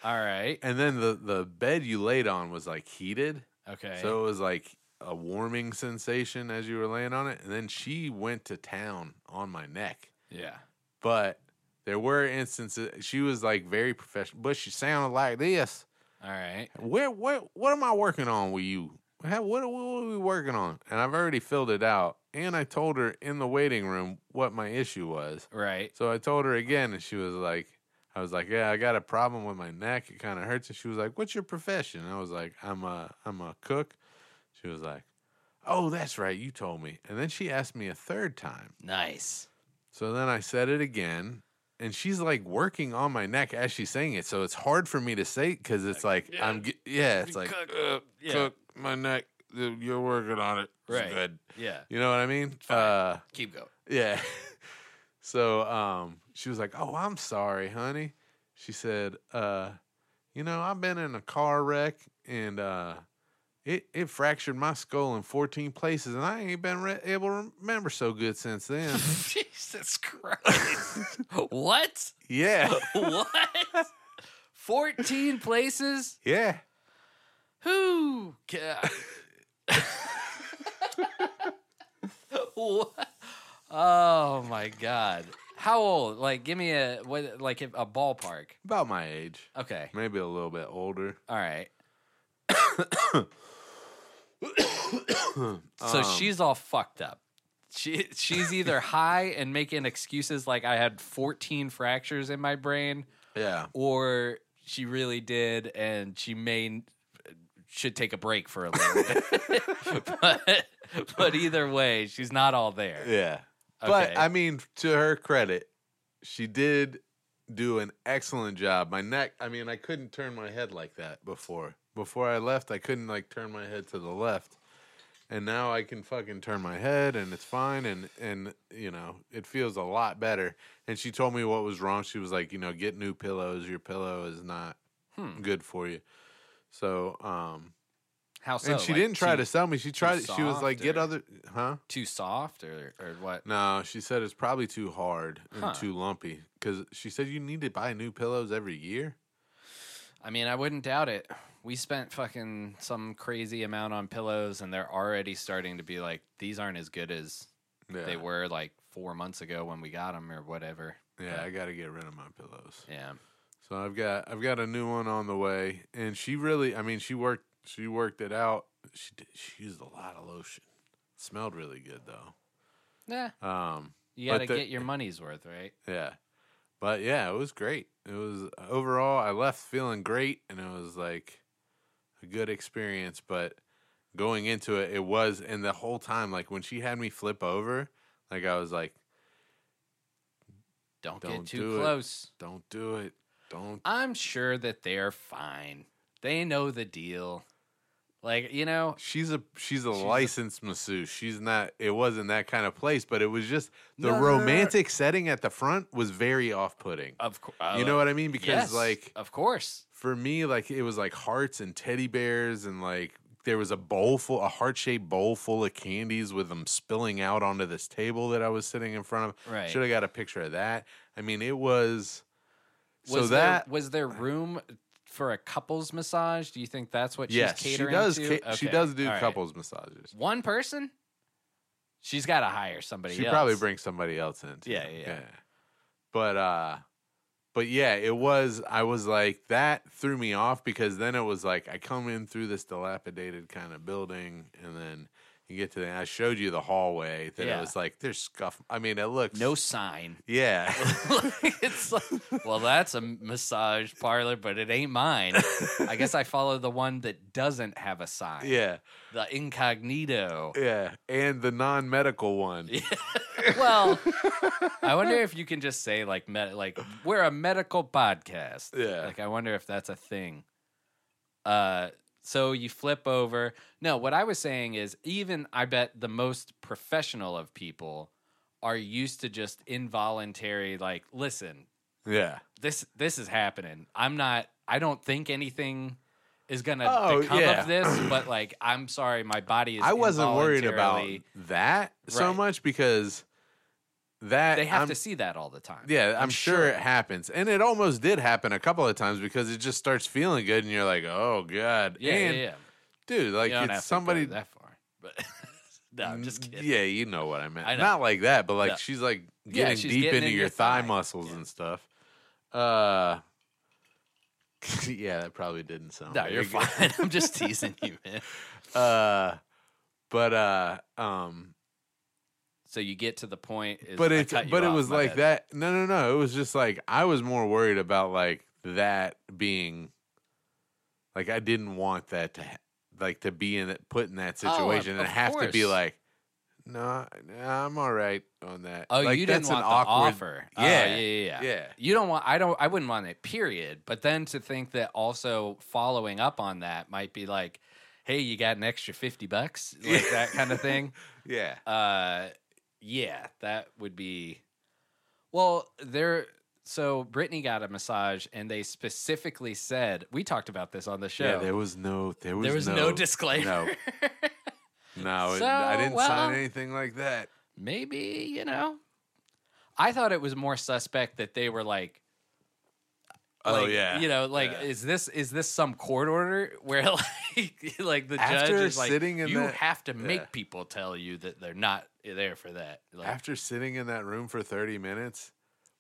A: all right.
B: And then the the bed you laid on was like heated,
A: Okay.
B: so it was like a warming sensation as you were laying on it. And then she went to town on my neck,
A: yeah.
B: but there were instances she was like very professional, but she sounded like this.
A: All right.
B: where what what am I working on with you? How, what, what are we working on? And I've already filled it out, and I told her in the waiting room what my issue was.
A: Right.
B: So I told her again, and she was like, "I was like, yeah, I got a problem with my neck. It kind of hurts." And she was like, "What's your profession?" And I was like, "I'm a I'm a cook." She was like, "Oh, that's right, you told me." And then she asked me a third time.
A: Nice.
B: So then I said it again, and she's like working on my neck as she's saying it. So it's hard for me to say because it's like
A: Yeah.
B: I'm ge- yeah, it's like
A: Cook.
B: "Uh,
A: Yeah.
B: cook my neck. uh, You're working on it. It's
A: Right.
B: good.
A: Yeah.
B: You know what I mean?
A: fine.
B: Uh,
A: Keep going.
B: yeah. so um, she was like, "Oh, I'm sorry, honey." She said, uh, "You know, I've been in a car wreck and uh, it it fractured my skull in 14 places, and I ain't been re- able to remember so good since then."
A: Jesus Christ. what?
B: yeah.
A: what? 14 places?
B: Yeah.
A: Who? what? Oh my god. How old? Like give me a what like a ballpark.
B: About my age.
A: Okay.
B: Maybe a little bit older.
A: All right. So
B: Um,
A: she's all fucked up. She she's either high and making excuses like I had 14 fractures in my brain
B: Yeah.
A: or she really did and she may should take a break for a little bit but, but either way she's not all there
B: Yeah. But
A: Okay.
B: I mean, to her credit, she did do an excellent job. My neck, I mean, I couldn't turn my head like that before. Before I left, I couldn't like turn my head to the left. And now I can fucking turn my head and it's fine and and you know, it feels a lot better. And she told me what was wrong. She was like, you know, get new pillows. Your pillow is not
A: Hmm.
B: good for you. So, um
A: How so?
B: and she
A: Like,
B: didn't try
A: too-
B: to sell me. She tried. She was
A: soft
B: like, "Get
A: or-
B: other, huh?"
A: too soft or or what?
B: No, she said it's probably too hard and
A: Huh.
B: too lumpy because she said you need to buy new pillows every year.
A: I mean, I wouldn't doubt it. We spent fucking some crazy amount on pillows, and they're already starting to be like these aren't as good as
B: Yeah,
A: they were like four months ago when we got them or whatever.
B: yeah. I got to get rid of my pillows.
A: Yeah.
B: So I've got I've got a new one on the way, and she really, I mean, she worked she worked it out. She did, she used a lot of lotion. smelled really good though.
A: Yeah.
B: Um,
A: You
B: But
A: gotta
B: the-
A: get your money's worth, right?
B: yeah, but yeah, it was great. It was overall I left feeling great, and it was like a good experience. But going into it, it was, and the whole time, like when she had me flip over, like I was like,
A: Don't,
B: Don't
A: get
B: do
A: too
B: it.
A: close.
B: "Don't do it, don't."
A: I'm sure that they're fine. They know the deal. Like, you know,
B: She's a she's a
A: She's a-
B: licensed masseuse. She's not. It wasn't that kind of place, but it was just the
A: No, no, no, no, no.
B: romantic setting at the front was very off putting.
A: of course.
B: you know what I mean? Because
A: Uh, yes,
B: like
A: of course.
B: for me, like it was like hearts and teddy bears, and like there was a bowl full, a heart shaped bowl full of candies with them spilling out onto this table that I was sitting in front of.
A: Right.
B: Should have got a picture of that. I mean, it was. So
A: was
B: that
A: there, was there room for a couples massage? Do you think that's what
B: yes,
A: she's
B: she
A: catering
B: does.
A: to?
B: ca- She
A: Okay,
B: does do
A: all right.
B: couples massages.
A: One person? She's got to hire somebody
B: she
A: else.
B: probably brings somebody else in. too.
A: Yeah, yeah, yeah.
B: But uh but yeah, it was I was like that threw me off because then it was like I come in through this dilapidated kind of building and then you get to the I showed you the hallway that
A: Yeah.
B: it was like there's scuff I mean it looks
A: no sign.
B: yeah.
A: it's like, well, that's a massage parlor, but it ain't mine. I guess I follow the one that doesn't have a sign.
B: yeah.
A: The incognito.
B: Yeah. And the non medical one.
A: well, I wonder if you can just say like med- like we're a medical podcast.
B: Yeah.
A: Like I wonder if that's a thing. Uh so you flip over. No, what I was saying is even I bet the most professional of people are used to just involuntary like listen,
B: Yeah.
A: this this is happening. I'm not I don't think anything is gonna
B: Oh,
A: become
B: yeah.
A: of this, but like I'm sorry, my body is
B: I wasn't worried about
A: involuntarily-
B: that so
A: Right.
B: much because that
A: they have
B: I'm-
A: to see that all the time.
B: Yeah, I'm, sure, it happens. And it almost did happen a couple of times because it just starts feeling good and you're like, oh, God.
A: Yeah,
B: and,
A: yeah, yeah.
B: Dude, like,
A: You don't have
B: it's
A: to go
B: somebody. Mm,
A: that far. But no, I'm just kidding.
B: Yeah, you know what I meant.
A: I know.
B: Not like that, but like
A: No.
B: she's like getting
A: Yeah, she's
B: deep
A: getting
B: into
A: in
B: your
A: your
B: thigh,
A: thigh.
B: muscles
A: Yeah.
B: and stuff. Uh, yeah, that probably didn't sound.
A: No,
B: very
A: you're
B: good.
A: fine. I'm just teasing you, man.
B: Uh, but uh, um,
A: So you get to the point. Is,
B: but
A: I
B: it's
A: cut you
B: but it
A: off,
B: was
A: my
B: like
A: bad.
B: that. No, no, no. It was just like I was more worried about like that being like I didn't want that to ha- like to be in it, put in that
A: Oh, of-
B: situation and
A: of
B: have to be
A: course.
B: like, no, no, I'm all right on that.
A: Oh,
B: like,
A: you didn't want the offer. Oh,
B: Yeah,
A: yeah, yeah, yeah.
B: yeah.
A: You don't want. I don't. I wouldn't want it. Period. But then to think that also following up on that might be like, hey, you got an extra fifty bucks, like that kind of thing.
B: Yeah,
A: Uh, yeah, that would be. Well, there. So Brittany got a massage, and they specifically said we talked about this on the show.
B: yeah. There was no, there was,
A: there was no, disclaimer.
B: No, no, it-
A: So,
B: I didn't
A: well-
B: sign anything like that.
A: Maybe you know. I thought it was more suspect that they were like,
B: oh
A: like,
B: yeah,
A: you know, like
B: Yeah.
A: is this is this some court order where like like the
B: After
A: judge is like
B: sitting in
A: you
B: that-
A: have to make
B: yeah.
A: people tell you that they're not there for that. Like,
B: After sitting in that room for 30 minutes,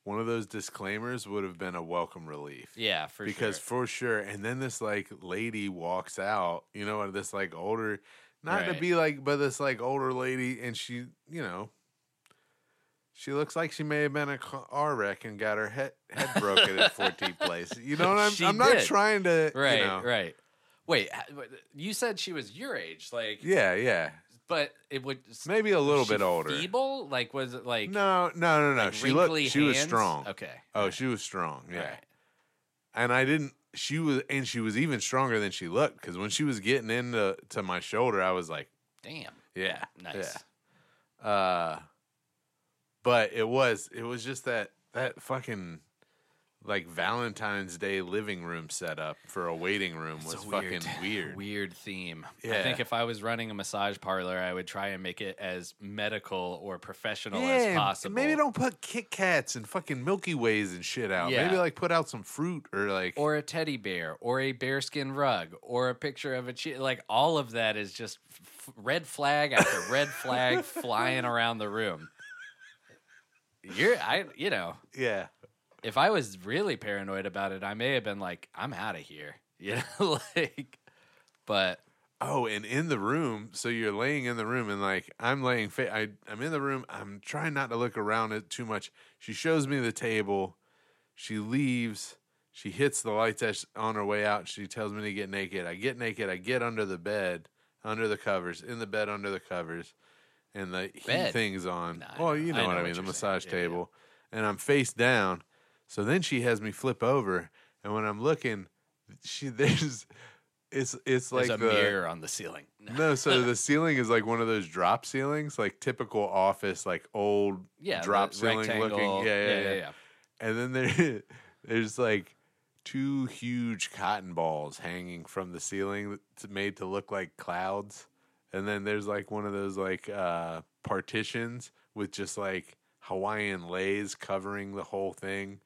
B: one of those disclaimers would have been a welcome relief.
A: yeah, for
B: because
A: sure.
B: for sure. And then this like lady walks out, you know, and this like older, not to
A: Right.
B: be like, but this like older lady, and she, you know, she looks like she may have been in a car wreck and got her head head broken at 14th place. You know what I'm?
A: She
B: I'm not
A: did.
B: trying to, you
A: right,
B: know.
A: right. Wait, h- wait, you said she was your age, like,
B: Yeah, yeah,
A: but it would
B: maybe a little
A: was she
B: bit older.
A: Feeble, like was it like
B: No, no, no, no.
A: like
B: she looked.
A: wrinkly
B: She was
A: hands?
B: strong.
A: Okay,
B: Oh, she was strong. Yeah.
A: Alright.
B: and I didn't. She was, and she was even stronger than she looked because when she was getting into to my shoulder, I was like,
A: damn,
B: "Yeah,
A: nice.
B: yeah. Uh, but it was, it was just that that fucking like Valentine's Day living room setup for a waiting room was
A: It's a
B: fucking weird.
A: Weird theme. I
B: Yeah.
A: think if I was running a massage parlor, I would try and make it as medical or professional as
B: and
A: possible.
B: Maybe don't put Kit Kats and fucking Milky Ways and shit out.
A: Yeah.
B: Maybe like put out some fruit or like
A: or a teddy bear or a bearskin rug or a picture of a chi- like all of that is just f- red flag after red flag flying around the room. You're I you know,
B: yeah.
A: if I was really paranoid about it, I may have been like I'm out of here. You know, like but
B: Oh, and in the room, so you're laying in the room, and like I'm laying, fa- I I'm in the room. I'm trying not to look around it too much. She shows me the table. She leaves. She hits the lights as- on her way out. She tells me to get naked. I get naked. I get under the bed, under the covers, in the bed under the covers, and the
A: Bed?
B: heat thing's on.
A: No, I
B: well,
A: know-
B: you know,
A: I know
B: what I
A: what
B: mean. The
A: you're saying.
B: massage
A: Yeah, yeah.
B: table, and I'm face down. So then she has me flip over, and when I'm looking, she there's. It's it's like
A: there's a
B: the,
A: mirror on the ceiling.
B: no, so the ceiling is like one of those drop ceilings, like typical office, like old
A: Yeah, the
B: drop ceiling
A: rectangle.
B: looking. Yeah, yeah, yeah.
A: yeah.
B: And then there, there's like two huge cotton balls hanging from the ceiling that's made to look like clouds. And then there's like one of those like uh, partitions with just like Hawaiian lays covering the whole thing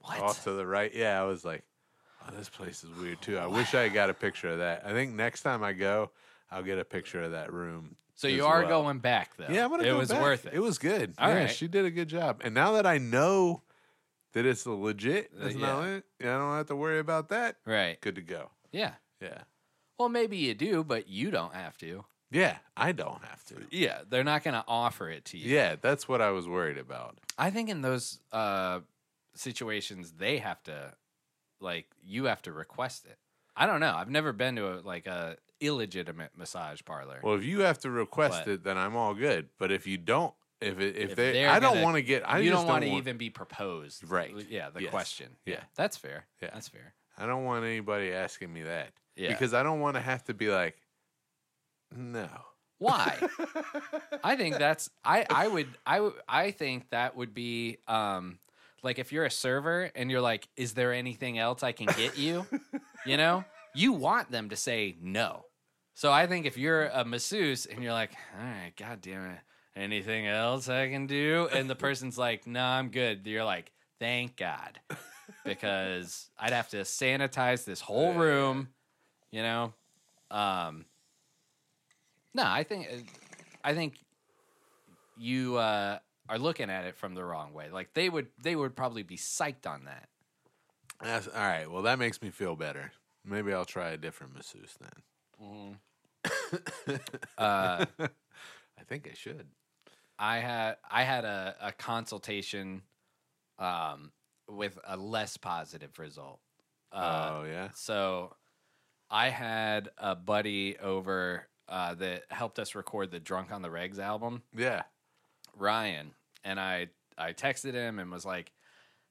A: What?
B: off to the right. Yeah, I was like, oh, this place is weird too. I wish I had got a picture of that. I think next time I go, I'll get a picture of that room.
A: so
B: as
A: you are
B: well.
A: going back though.
B: Yeah, I'm gonna
A: It
B: go
A: was
B: back.
A: worth it.
B: It was good.
A: All
B: yeah,
A: right.
B: she did a good job. And now that I know that it's a legit,
A: Uh,
B: it's
A: yeah.
B: not it. I don't have to worry about that.
A: right.
B: Good to go.
A: Yeah.
B: Yeah.
A: Well, maybe you do, but you don't have to.
B: Yeah, I don't have to.
A: Yeah, they're not going to offer it to you.
B: Yeah, that's what I was worried about.
A: I think in those uh, situations, they have to, like, you have to request it. I don't know. I've never been to a like a illegitimate massage parlor.
B: Well, if you have to request
A: But-
B: it, then I'm all good. But if you don't, if it, if,
A: If
B: they,
A: they're
B: I don't
A: gonna-
B: want to get, I
A: you
B: just
A: don't want to
B: want-
A: even be proposed,
B: Right.
A: Yeah, the
B: Yes.
A: question.
B: Yeah.
A: that's fair.
B: Yeah.
A: that's fair.
B: I don't want anybody asking me that.
A: Yeah.
B: Because I don't want to have to be like, no.
A: Why? I think that's I I would I would I think that would be um like if you're a server and you're like is there anything else I can get you? You know? You want them to say no. So I think if you're a masseuse and you're like, "All right, god damn it. Anything else I can do?" and the person's like, "No, I'm good." You're like, "Thank God." Because I'd have to sanitize this whole room, you know? Um no, I think I think you uh, are looking at it from the wrong way. Like they would they would probably be psyched on that.
B: That's, all right. Well, that makes me feel better. Maybe I'll try a different masseuse then.
A: Uh,
B: I think I should.
A: I had I had a, a consultation um, with a less positive result. Uh,
B: oh, yeah.
A: So I had a buddy over uh, that helped us record the Drunk on the Regs album.
B: Yeah.
A: Ryan and I I texted him and was like,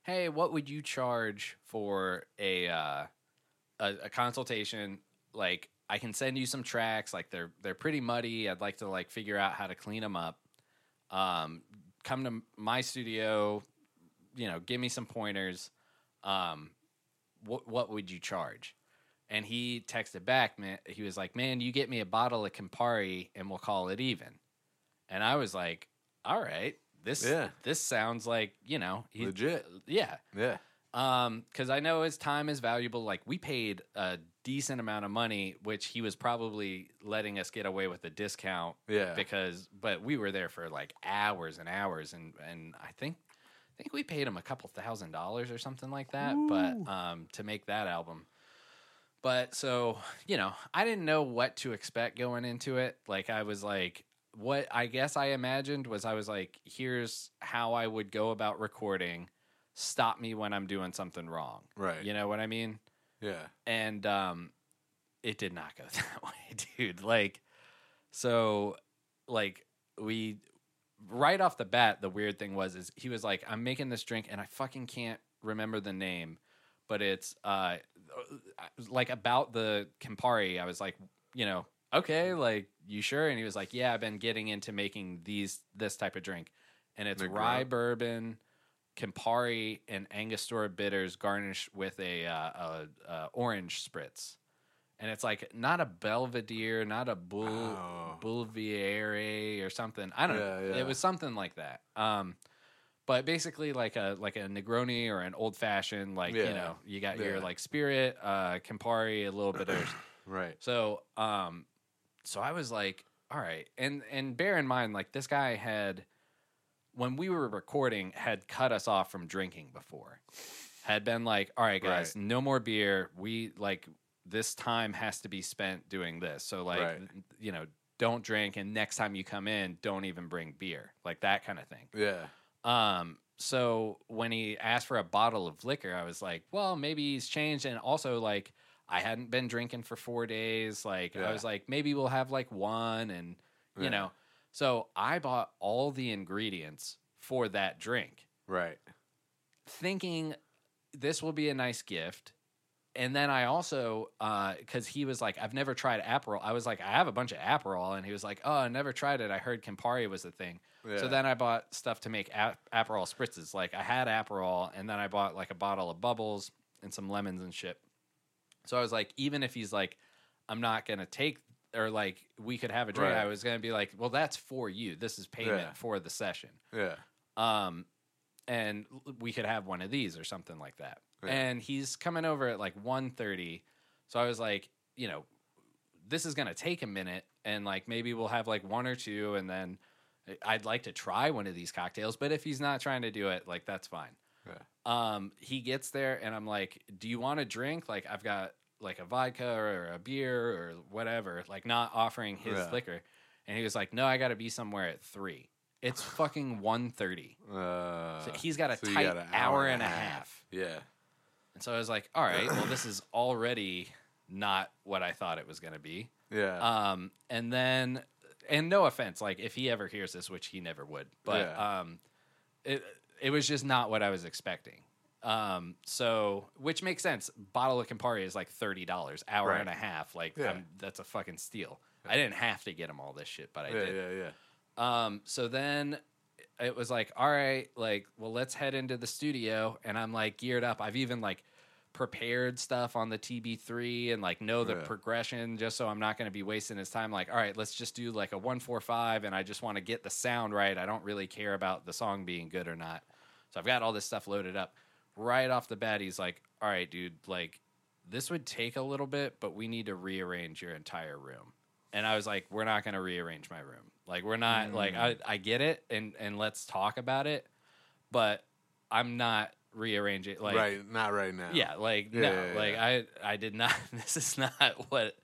A: "Hey, what would you charge for a uh, a, a consultation? Like, I can send you some tracks. Like, they're they're pretty muddy. I'd like to like figure out how to clean them up. Um, come to my studio. You know, give me some pointers. Um, what what would you charge?" And he texted back, man. He was like, "Man, you get me a bottle of Campari, and we'll call it even." And I was like, "All right, this
B: Yeah.
A: this sounds like you know, he,
B: Legit.
A: yeah,
B: Yeah.
A: um because i know his time is valuable like we paid a decent amount of money which he was probably letting us get away with a discount
B: Yeah.
A: because but we were there for like hours and hours and and i think i think we paid him a couple thousand dollars or something like that
B: Ooh.
A: but um to make that album but so you know i didn't know what to expect going into it like i was like what i guess i imagined was i was like here's how i would go about recording stop me when i'm doing something wrong
B: right.
A: you know what i mean
B: Yeah.
A: and um it did not go that way dude like so like we right off the bat the weird thing was is he was like i'm making this drink and i fucking can't remember the name but it's uh like about the campari i was like you know okay like you sure and he was like yeah i've been getting into making these this type of drink and it's
B: Negroni.
A: rye bourbon Campari and Angostura bitters garnished with a, uh, a, a orange spritz. And it's like not a Belvedere, not a Bull
B: Oh.
A: Bouleviere or something. I don't know.
B: Yeah, yeah.
A: It was something like that. Um, but basically like a like a Negroni or an old fashioned like
B: Yeah.
A: you know you got
B: Yeah.
A: your like spirit, uh, Campari, a little bit of
B: Right.
A: so, um, so I was like, all right, and and bear in mind, like this guy had, when we were recording, had cut us off from drinking before, had been like, all right, guys, no more beer. We like this time has to be spent doing this. So like,
B: Right.
A: th- you know, don't drink, and next time you come in, don't even bring beer, like that kind of thing.
B: Yeah.
A: Um, so when he asked for a bottle of liquor, I was like, well, maybe he's changed. And also, like, I hadn't been drinking for four days. Like,
B: Yeah.
A: I was like, maybe we'll have like one. And, you
B: Yeah.
A: know, so I bought all the ingredients for that drink,
B: Right.
A: thinking this will be a nice gift. And then I also, because he was like, I've never tried Aperol. I was like, I have a bunch of Aperol. And he was like, Oh, I never tried it. I heard Campari was the thing.
B: Yeah.
A: So then I bought stuff to make ap- Aperol spritzes. Like I had Aperol, and then I bought like a bottle of bubbles and some lemons and shit. So I was like, even if he's like, I'm not gonna take or like we could have a drink.
B: Right.
A: I was gonna be like, well, that's for you. This is payment
B: Yeah.
A: for the session.
B: Yeah.
A: Um, and l- we could have one of these or something like that.
B: Yeah.
A: And he's coming over at like 1.30. So I was like, you know, this is gonna take a minute, and like maybe we'll have like one or two, and then uh, I'd like to try one of these cocktails. But if he's not trying to do it, like that's fine.
B: Yeah.
A: Um, he gets there, and I'm like, do you want a drink? Like I've got like a vodka or a beer or whatever. Like not offering his
B: Yeah.
A: liquor, and he was like, no, I gotta be somewhere at three. It's fucking 1.30.
B: Uh,
A: So he's got a
B: so you
A: tight
B: got an
A: hour, and a half.
B: Yeah.
A: And so I was like, all right, well, this is already not what I thought it was going to be.
B: Yeah.
A: Um, and then, and no offense, like if he ever hears this, which he never would, but
B: Yeah.
A: um, it it was just not what I was expecting. Um, so which makes sense. Bottle of Campari is like thirty dollars, hour
B: Right.
A: and a half. Like
B: Yeah.
A: I'm, that's a fucking steal. I didn't have to get him all this shit, but I
B: yeah.
A: did.
B: Yeah. Yeah.
A: Um, so then it was like, all right, like, well, let's head into the studio. And I'm like geared up. I've even like prepared stuff on the TB3 and like know the
B: Yeah.
A: progression just so I'm not going to be wasting his time. Like, all right, let's just do like a 145 and I just want to get the sound right. I don't really care about the song being good or not. So I've got all this stuff loaded up. Right off the bat, he's like, all right, dude, like, this would take a little bit, but we need to rearrange your entire room. And I was like, we're not going to rearrange my room. Like, we're not, like, I, I get it and, and let's talk about it, but I'm not rearranging. Like,
B: right. Not right now.
A: yeah, like,
B: Yeah,
A: no,
B: yeah, yeah.
A: like, I, I did not, this is not what,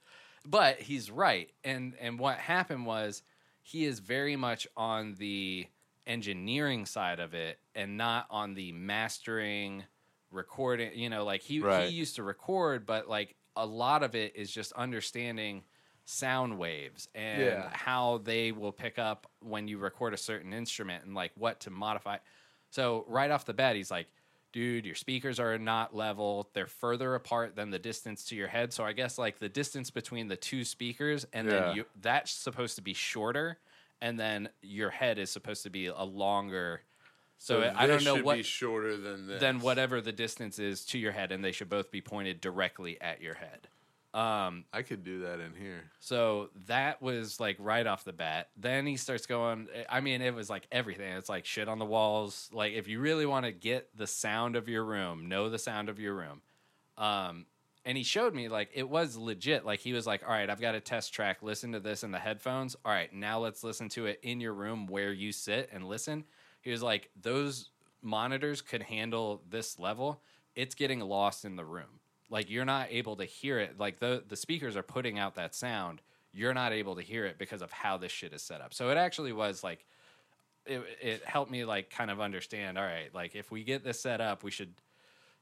A: but he's right. And, and what happened was he is very much on the engineering side of it and not on the mastering, recording you know like he
B: Right.
A: he used to record but like a lot of it is just understanding sound waves and
B: Yeah.
A: how they will pick up when you record a certain instrument and like what to modify so right off the bat he's like dude your speakers are not level they're further apart than the distance to your head so i guess like the distance between the two speakers and
B: Yeah.
A: then you that's supposed to be shorter and then your head is supposed to be a longer so, i
B: this
A: don't know
B: should
A: what
B: Be shorter than this.
A: than whatever the distance is to your head, and they should both be pointed directly at your head. Um,
B: I could do that in here.
A: so that was like right off the bat. Then he starts going. I mean, it was like everything. It's like shit on the walls. Like if you really want to get the sound of your room, know the sound of your room. Um, and he showed me like it was legit. Like he was like, "All right, I've got a test track. Listen to this in the headphones. All right, now let's listen to it in your room where you sit and listen." He was like, "Those monitors could handle this level. It's getting lost in the room. Like you're not able to hear it. Like the the speakers are putting out that sound. You're not able to hear it because of how this shit is set up. So it actually was like it, it helped me like kind of understand all right like if we get this set up we should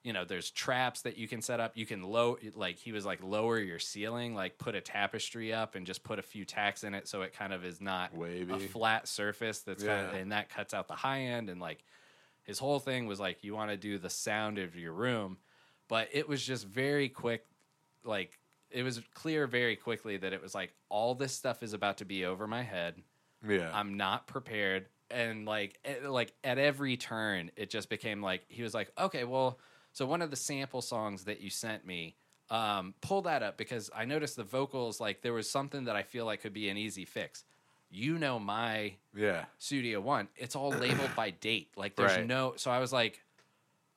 A: you know there's traps that you can set up you can low like he was like lower your ceiling like put a tapestry up and just put a few tacks in it so it kind of is not
B: Wavy.
A: a flat surface that's kind of,
B: Yeah.
A: and that cuts out the high end and like his whole thing was like you want to do the sound of your room but it was just very quick like it was clear very quickly that it was like all this stuff is about to be over my head
B: Yeah.
A: I'm not prepared. and like eh, like at every turn it just became like he was like okay well so one of the sample songs that you sent me um, pull that up because i noticed the vocals like there was something that i feel like could be an easy fix you know my
B: Yeah.
A: studio one it's all labeled by date like there's
B: Right.
A: no so i was like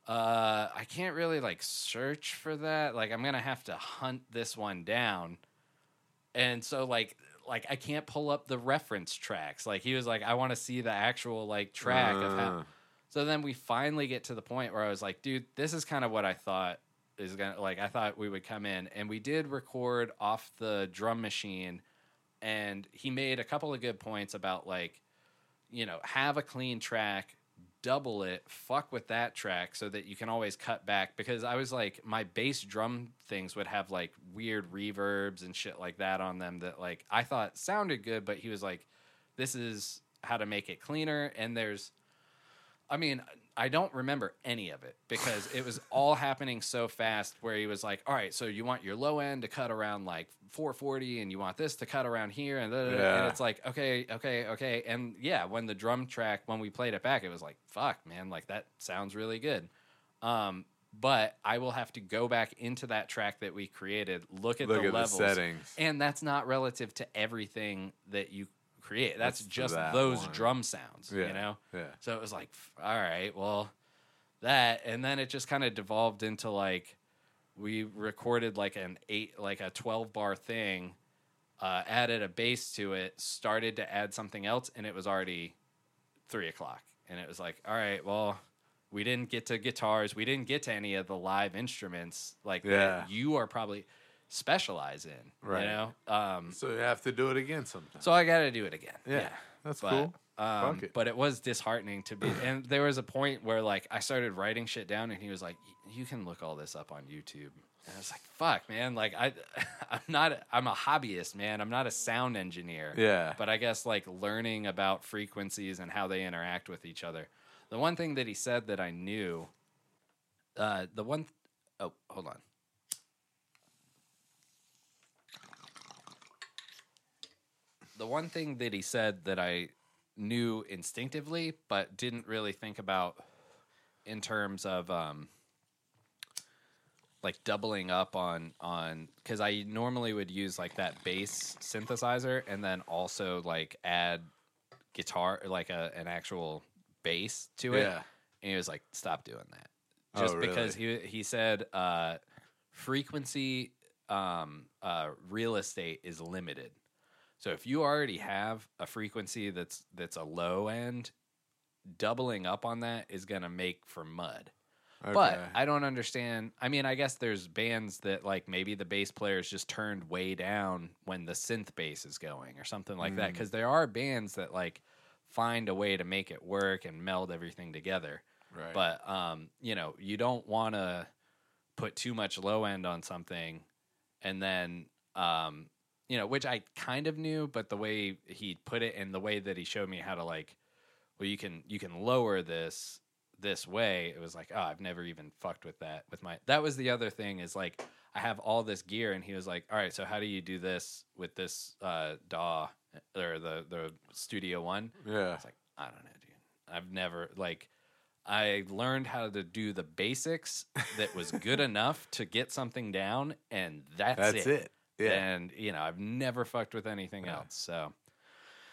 A: uh i can't really like search for that like i'm gonna have to hunt this one down and so like like i can't pull up the reference tracks like he was like i want to see the actual like track of how
B: Uh,
A: so then we finally get to the point where I was like, dude, this is kind of what I thought is gonna like I thought we would come in. And we did record off the drum machine and he made a couple of good points about like, you know, have a clean track, double it, fuck with that track so that you can always cut back. Because I was like, my bass drum things would have like weird reverbs and shit like that on them that like I thought sounded good, but he was like, this is how to make it cleaner. And there's I mean, I don't remember any of it because it was all happening so fast where he was like, all right, so you want your low end to cut around like 440 and you want this to cut around here. And, da, da, da.
B: Yeah.
A: and it's like, okay, okay, okay. And yeah, when the drum track, when we played it back, it was like, fuck, man, like that sounds really good. Um, but I will have to go back into that track that we created, look at
B: look
A: the
B: at
A: levels,
B: the settings.
A: and that's not relative to everything that you create. That's,
B: That's
A: just
B: that
A: those
B: one.
A: drum sounds,
B: Yeah.
A: you know?
B: Yeah.
A: So it was like, f- all right, well, that, and then it just kind of devolved into like, we recorded like an eight, like a twelve bar thing, uh, added a bass to it, started to add something else, and it was already three o'clock, and it was like, all right, well, we didn't get to guitars, we didn't get to any of the live instruments like
B: Yeah.
A: that you are probably specialize in,
B: Right.
A: You know, um,
B: So you have to do it again sometime.
A: so I got to do it again.
B: yeah. That's
A: But,
B: cool.
A: Um,
B: Fuck it.
A: But it was disheartening to be. And there was a point where like I started writing shit down, and he was like, "Y- "You can look all this up on YouTube." And I was like, "Fuck, man! Like I, I'm not. I'm a hobbyist, man. I'm not a sound engineer.
B: Yeah.
A: But I guess like learning about frequencies and how they interact with each other. The one thing that he said that I knew. Uh, the one. oh, hold on. the one thing that he said that I knew instinctively, but didn't really think about in terms of um, like doubling up on on because I normally would use like that bass synthesizer and then also like add guitar like a, an actual bass to it.
B: Yeah.
A: And he was like, "Stop doing that,"
B: Oh,
A: just because he he said uh, frequency um, uh, real estate is limited. So if you already have a frequency that's that's a low end, doubling up on that is going to make for mud. But
B: Okay.
A: I don't understand. I mean, I guess there's bands that like maybe the bass player is just turned way down when the synth bass is going or something like that.
B: Mm.
A: Because there are bands that like find a way to make it work and meld everything together.
B: right.
A: But um, you know, you don't want to put too much low end on something, and then um, you know, which I kind of knew, but the way he put it and the way that he showed me how to like, well, you can you can lower this this way. It was like, oh, I've never even fucked with that with my. That was the other thing is like, I have all this gear, and he was like, all right, so how do you do this with this uh, DAW or the the Studio One?
B: yeah.
A: It's like, I don't know, dude. I've never like I learned how to do the basics that was good enough to get something down and that's,
B: That's it. Yeah.
A: And you know, I've never fucked with anything
B: Yeah.
A: else. So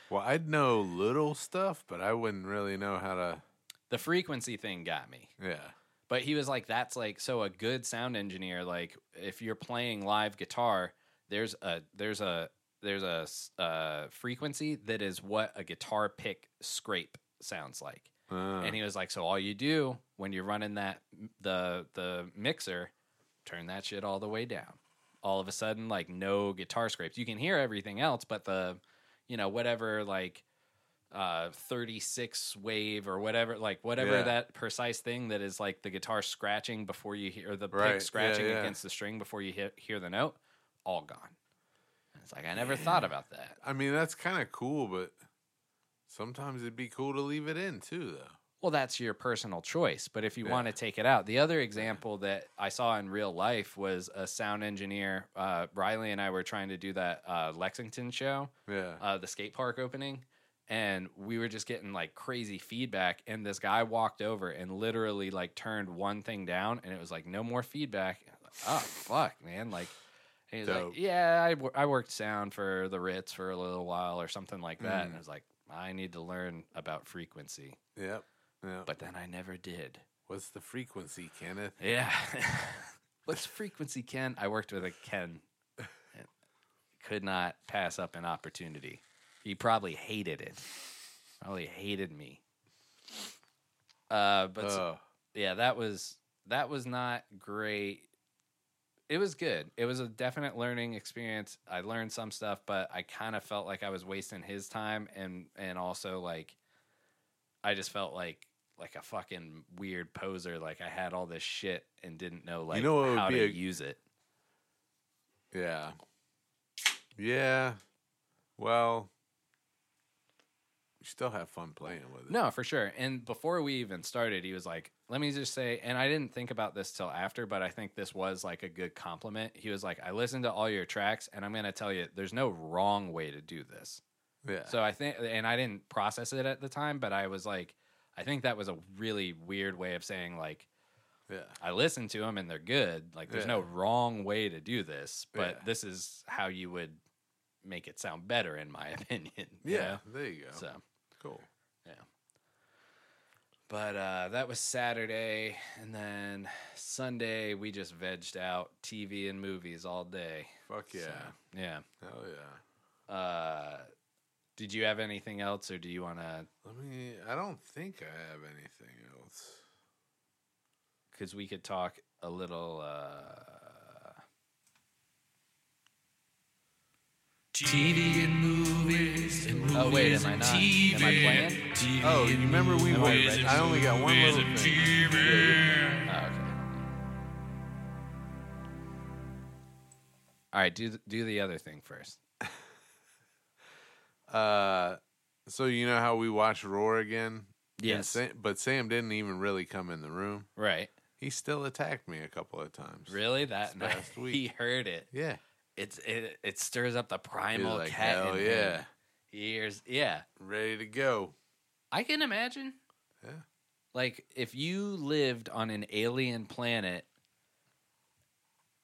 B: Well, I'd know little stuff, but I wouldn't really know how to.
A: the frequency thing got me.
B: Yeah.
A: But he was like, that's like so a good sound engineer, like if you're playing live guitar, there's a there's a there's a s- uh, frequency that is what a guitar pick scrape sounds like.
B: Uh,
A: and he was like, "So all you do when you're running that the the mixer, turn that shit all the way down. All of a sudden, like no guitar scrapes. You can hear everything else, but the, you know, whatever like, uh, thirty six wave or whatever, like whatever
B: Yeah.
A: that precise thing that is like the guitar scratching before you hear the
B: Right. Yeah,
A: pick scratching
B: yeah.
A: against the string before you hit, hear the note, all gone. And it's like I never thought about that.
B: I mean, that's kind of cool, but sometimes it'd be cool to leave it in too, though.
A: Well, that's your personal choice. But if you
B: Yeah.
A: want to take it out, the other example that I saw in real life was a sound engineer. Uh, Riley and I were trying to do that uh, Lexington show,
B: Yeah.
A: uh, the skate park opening. and we were just getting like crazy feedback and this guy walked over and literally like turned one thing down and it was like no more feedback And I was like, oh fuck man like and he was
B: Dope.
A: like yeah I, wo- I worked sound for the ritz for a little while or something like that and
B: Mm.
A: i was like i need to learn about frequency
B: Yep. Yeah.
A: but then i never did
B: What's the frequency, Kenneth?
A: yeah what's frequency ken i worked with a ken and could not pass up an opportunity he probably hated it probably hated me uh but s-
B: Oh,
A: yeah that was that was not great it was good it was a definite learning experience i learned some stuff but i kind of felt like i was wasting his time and and also like i just felt like like a fucking weird poser like i had all this shit and didn't know like
B: know what would
A: how
B: be
A: to
B: a-
A: use it
B: yeah. Yeah. Well, you still have fun playing with it.
A: No, for sure. And before we even started, he was like, let me just say, and I didn't think about this till after, but I think this was like a good compliment. He was like, I listened to all your tracks, and I'm going to tell you, there's no wrong way to do this.
B: Yeah.
A: So I think, and I didn't process it at the time, but I was like, I think that was a really weird way of saying, like,
B: yeah.
A: I listened to them and they're good. Like, there's
B: Yeah.
A: no wrong way to do this, but
B: Yeah.
A: this is how you would make it sound better, in my opinion. you
B: Yeah.
A: know?
B: There you go.
A: So.
B: cool.
A: But uh, that was Saturday, and then Sunday we just vegged out TV and movies all day.
B: Fuck yeah.
A: So, yeah.
B: Hell yeah.
A: Uh, did you have anything else, or do you want to?
B: Let me. I don't think I have anything else.
A: Because we could talk a little. Uh,
C: TV and movies and movies
A: oh wait, am I
C: and
A: not?
C: TV.
A: Am I playing?
C: TV
B: Oh, you
C: and
B: remember we
A: Am I
B: went?
A: ready?
B: I only got one
C: movies
B: little
C: and
B: thing.
C: TV.
A: Oh, okay. All right, do th- do the other thing first.
B: Uh, so you know how we watched Roar again? And
A: Yes.
B: Sam, but Sam didn't even really come in the room.
A: Right.
B: He still attacked me a couple of times.
A: Really? That
B: This
A: night
B: past
A: he
B: week.
A: heard it.
B: Yeah.
A: It's it it stirs up the
B: He was
A: primal
B: like,
A: cat.
B: hell
A: in him."
B: yeah,
A: years. Yeah,
B: ready to go.
A: I can imagine.
B: Yeah.
A: Like if you lived on an alien planet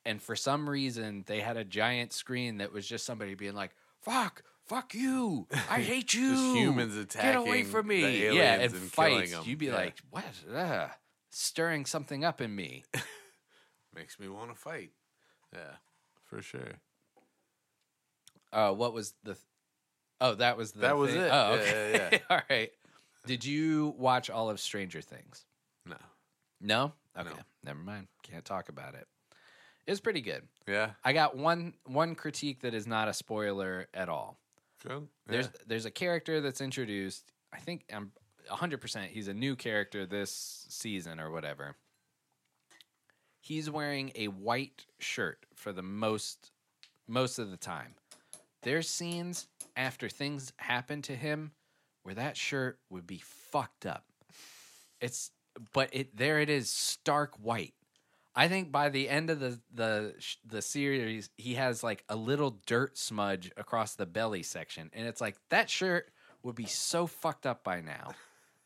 A: and for some reason they had a giant screen that was just somebody being like, "Fuck, fuck you. I hate you."
B: Just humans attacking.
A: Get away from me.
B: The aliens
A: yeah, and,
B: killing
A: fights.
B: 'em.
A: You'd be
B: Yeah.
A: like, "What? Ugh, stirring something up in me."
B: makes me want to fight. Yeah, for sure.
A: Uh, what was the? Th- oh, that was the.
B: That was
A: thing?
B: it.
A: Oh,
B: Yeah,
A: okay.
B: yeah, yeah.
A: All right. Did you watch all of Stranger Things?
B: No.
A: No? Okay.
B: No.
A: Never mind. Can't talk about it. It was pretty good.
B: Yeah.
A: I got one one critique that is not a spoiler at all.
B: Cool.
A: There's there's a character that's introduced. I think I'm 100% he's a new character this season or whatever. He's wearing a white shirt for the most most of the time. There's scenes after things happen to him where that shirt would be fucked up. It's but it there it is stark white. I think by the end of the the sh- the series he has like a little dirt smudge across the belly section and it's like that shirt would be so fucked up by now.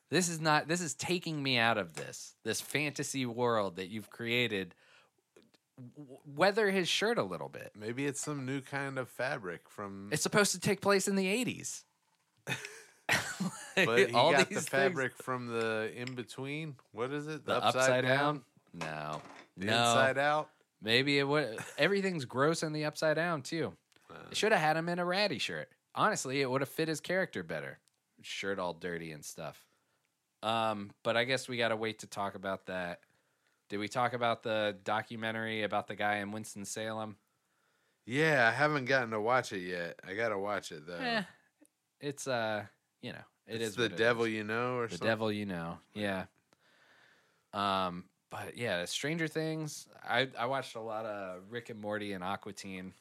A: This is not this is taking me out of this this fantasy world that you've created W- weather his shirt a little bit.
B: Maybe it's some new kind of fabric from.
A: It's supposed to take place in the 80s.
B: but he got the
A: things-
B: fabric from the in between. What is it?
A: the upside, down? No.
B: The
A: no.
B: inside out.
A: Maybe it would. Everything's gross in the upside down too.
B: Uh,
A: It should have had him in a ratty shirt. Honestly, it would have fit his character better. Shirt all dirty and stuff. Um, but I guess we got to wait to talk about that. Did we talk about the documentary about the guy in Winston Salem?
B: yeah, I haven't gotten to watch it yet. I gotta watch it though.
A: Eh, it's uh, you know, it
B: it's
A: is
B: the
A: what it
B: devil
A: is.
B: you know, or
A: the
B: something.
A: devil you know yeah um but yeah stranger things i i watched a lot of rick and morty and aqua teen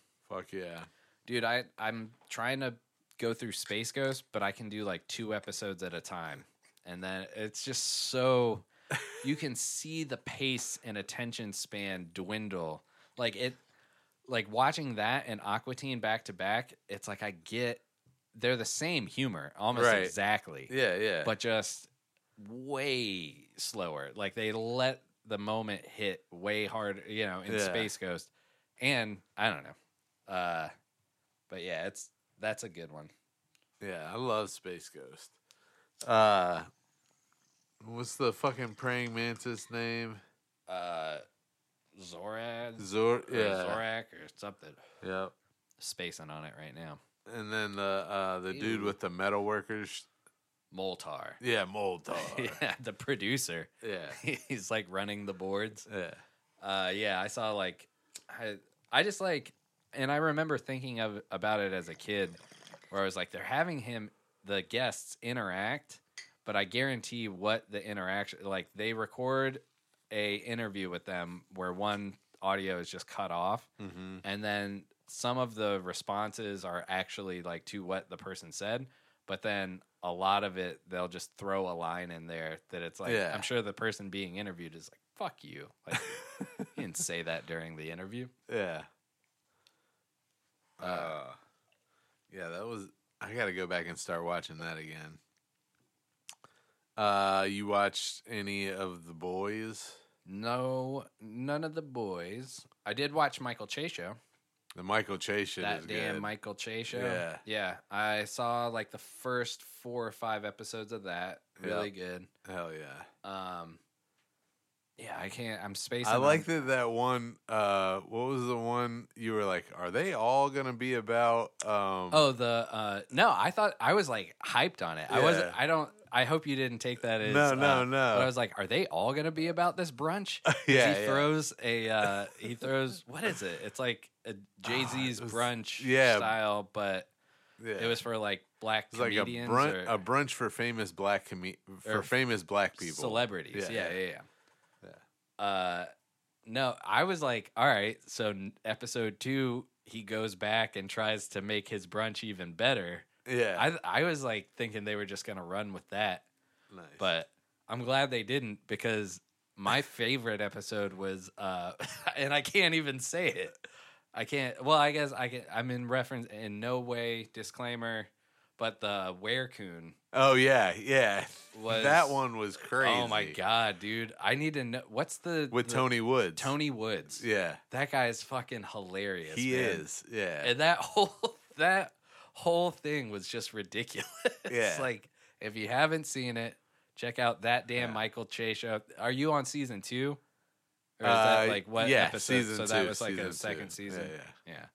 B: Fuck yeah.
A: dude i i'm trying to go through space ghost but i can do like two episodes at a time and then it's just so you can see the pace and attention span dwindle like it like watching that and aqua teen back to back it's like i get they're the same humor almost
B: Right.
A: exactly,
B: Yeah, yeah.
A: but just way slower. Like they let the moment hit way harder, you know, in
B: Yeah.
A: Space Ghost. And I don't know. Uh but yeah, it's that's a good one.
B: yeah, I love Space Ghost. Uh, what's the fucking praying mantis name?
A: Uh Zorad
B: Zor.
A: or
B: Yeah.
A: Zorak or something.
B: Yep.
A: Spacing on it right now.
B: And then the uh, the dude
A: Ew.
B: with the metal workers.
A: Moltar.
B: Yeah, Moldar.
A: yeah, the producer.
B: yeah.
A: He's like running the boards.
B: Yeah.
A: Uh, yeah, I saw like, I, I just like, and I remember thinking of about it as a kid, where I was like, they're having him, the guests interact, but I guarantee what the interaction, like they record a interview with them where one audio is just cut off,
B: Mm-hmm.
A: and then some of the responses are actually like to what the person said, but then a lot of it they'll just throw a line in there that it's like
B: Yeah.
A: I'm sure the person being interviewed is like fuck you, like you didn't say that during the interview.
B: Yeah.
A: Uh,
B: Yeah, that was. I got to go back and start watching that again. Uh, you watched any of the boys?
A: no, none of the boys. I did watch Michael Che show.
B: The Michael Che shit is
A: that damn
B: good.
A: Michael Che show.
B: Yeah.
A: yeah. I saw like the first four or five episodes of that. Really good.
B: Hell yeah!
A: Um, yeah, I can't. I'm spacing.
B: I
A: on-
B: like that. That one. Uh, what was the one you were like? Are they all gonna be about? Um,
A: Oh, the uh no, I thought I was like hyped on it. I
B: Yeah.
A: wasn't I don't I hope you didn't take that as
B: No, no,
A: uh,
B: no.
A: But I was like, are they all gonna be about this brunch? 'Cause
B: Yeah,
A: He
B: yeah.
A: throws a uh he throws what is it? It's like a Jay Z's
B: Ah, it was-
A: brunch
B: yeah.
A: style, but
B: yeah.
A: it was for like black
B: It's like a
A: comedians
B: brunch,
A: or
B: a brunch for famous black comi- for
A: or
B: famous black people,
A: celebrities.
B: Yeah,
A: Yeah, yeah, yeah.
B: yeah.
A: Uh no, I was like, all right, so n- episode two, he goes back and tries to make his brunch even better.
B: Yeah,
A: I I was like thinking they were just gonna run with that,
B: nice.
A: but I'm glad they didn't because my favorite episode was uh and I can't even say it. I can't well I guess I can I'm in reference in no way disclaimer, but the Wercoon.
B: oh yeah, yeah.
A: Was-
B: that one was crazy.
A: Oh my god, dude. I need to know what's the
B: With
A: the-
B: Tony Woods.
A: Tony Woods.
B: Yeah.
A: That guy is fucking hilarious.
B: he
A: man.
B: is. Yeah.
A: And that whole that whole thing was just ridiculous.
B: Yeah.
A: like if you haven't seen it, check out that damn
B: Yeah.
A: Michael Che show. Are you on season two? Or is
B: Uh,
A: that like what
B: yeah,
A: episode?
B: season
A: so that
B: two,
A: was like
B: season
A: a second
B: two.
A: season.
B: Yeah,
A: yeah.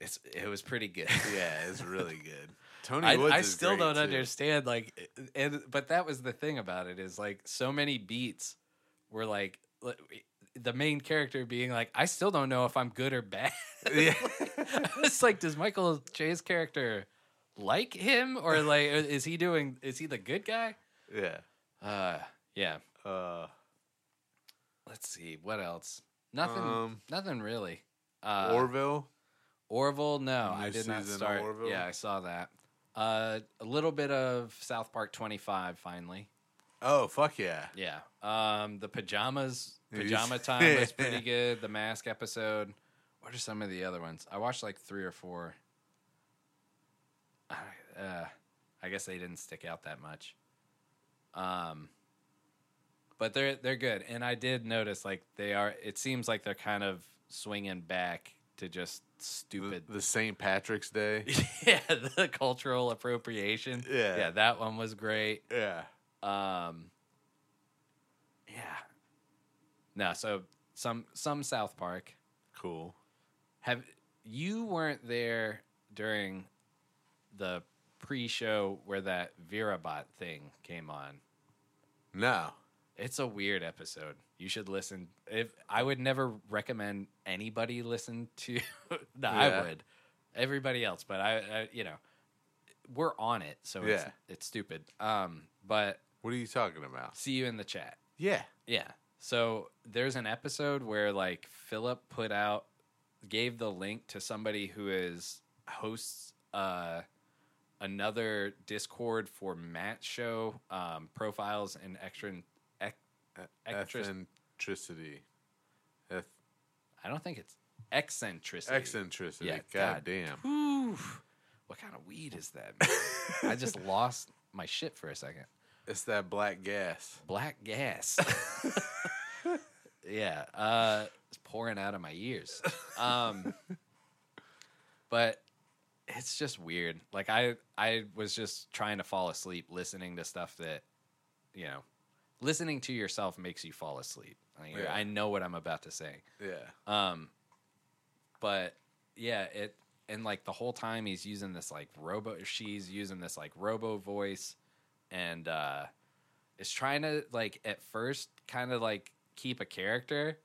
A: It's it was pretty good.
B: yeah, it's really good. Tony
A: I,
B: Woods
A: I
B: is
A: still
B: great,
A: don't
B: too.
A: understand like and but that was the thing about it is like so many beats were like li- the main character being like I still don't know if I'm good or bad.
B: Yeah.
A: it's like does Michael Che's character like him or like is he doing is he the good guy?
B: yeah.
A: Uh yeah.
B: Uh,
A: Let's see what else. Nothing
B: Um,
A: nothing really. Uh
B: Orville.
A: Orville, no,
B: New
A: I did not
B: season of
A: start.
B: Orville?
A: Yeah, I saw that. Uh, a little bit of South Park 25 finally.
B: Oh fuck yeah.
A: Yeah. Um, the pajamas,
B: You
A: pajama
B: just-
A: time was pretty good. The mask episode. What are some of the other ones? I watched like three or four. I, uh, I guess they didn't stick out that much. Um, but they're they're good, and I did notice like they are. It seems like they're kind of swinging back to just
B: The,
A: stupid.
B: the St. Patrick's Day.
A: yeah, the cultural appropriation.
B: Yeah.
A: yeah, that one was great.
B: yeah.
A: Um, yeah. No, so some some South Park.
B: Cool.
A: Have you weren't there during the pre-show where that ViraBot thing came on?
B: No.
A: It's a weird episode. You should listen. If I would never recommend anybody listen to, no,
B: Yeah.
A: I would. Everybody else, but I, I, you know, we're on it, so it's
B: Yeah.
A: it's stupid. Um, but
B: What are you talking about?
A: see you in the chat.
B: Yeah.
A: Yeah. So there's an episode where like Philip put out gave the link to somebody who is hosts uh another Discord for Matt show um profiles and extra ec- Actress-
B: Eccentricity. Eth-
A: I don't think it's eccentricity.
B: Eccentricity.
A: Yeah, God.
B: God, damn.
A: Oof. What kind of weed weed is that? man? I just lost my shit for a second.
B: It's that black gas.
A: Black gas. yeah, uh, it's pouring out of my ears. Um, but it's just weird. Like I, I was just trying to fall asleep listening to stuff that, you know, listening to yourself makes you fall asleep. Like,
B: Yeah.
A: I know what I'm about to say.
B: Yeah.
A: Um, but yeah, it and like the whole time he's using this like robo, she's using this like robo voice, and uh, is trying to like at first kind of like keep a character,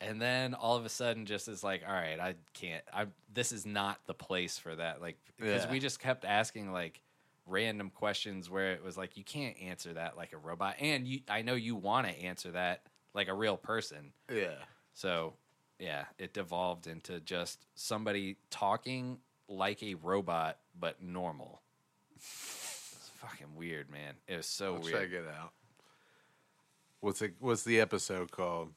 A: and then all of a sudden just is like, all right, I can't. I this is not the place for that. Like because
B: Yeah.
A: we just kept asking like random questions where it was like you can't answer that like a robot and you I know you want to answer that like a real person
B: Yeah.
A: so, yeah, it devolved into just somebody talking like a robot but normal. It's fucking weird, man. It was so
B: I'll
A: weird.
B: check it out. What's it? What's the episode called?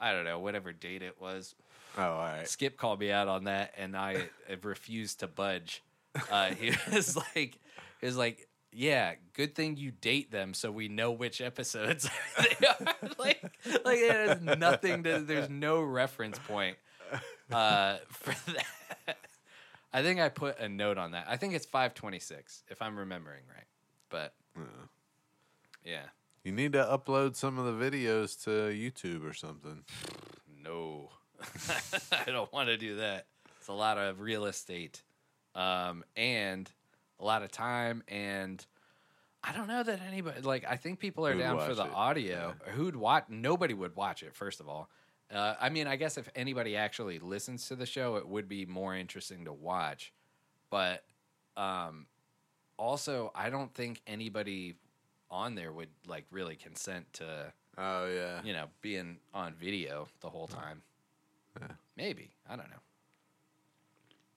A: I don't know, whatever date it was.
B: Oh, all right.
A: Skip called me out on that, and I I refused to budge. Uh, he was like, he was like, yeah, good thing you date them so we know which episodes they are. like, like there's nothing to, there's no reference point uh, for that. I think I put a note on that. I think it's 526 if I'm remembering right, but yeah,
B: You need to upload some of the videos to YouTube or something.
A: no, I don't want to do that. It's a lot of real estate, um, and a lot of time, and I don't know that anybody like. I think people are
B: Who'd
A: down for
B: watch
A: the
B: it,
A: audio. Who'd watch? Nobody would watch it. First of all, uh, I mean, I guess if anybody actually listens to the show, it would be more interesting to watch, but um, also, I don't think anybody on there would like really consent to
B: Oh yeah.
A: you know, being on video the whole time. Maybe. I don't know.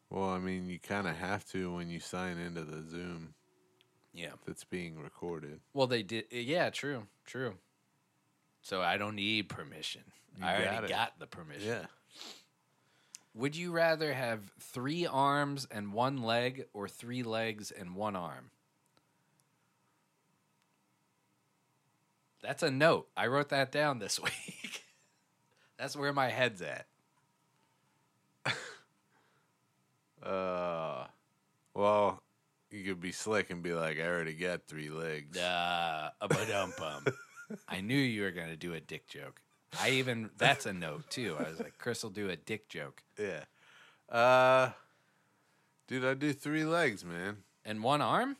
B: Well, I mean, you kind of have to when you sign into the Zoom
A: Yeah.
B: that's being recorded.
A: Well, they did. eh, Yeah, true. True. So I don't need permission.
B: You
A: I
B: got
A: already
B: it.
A: got the permission. Would you rather have three arms and one leg or three legs and one arm? That's a note. I wrote that down this week. That's where my head's at.
B: Uh, well, you could be slick and be like, "I already got three legs."
A: Uh, a ba bum. I knew you were gonna do a dick joke. I even that's a note too. I was like, Chris will do a dick joke
B: Yeah. Uh, dude, I do three legs, man.
A: and one arm.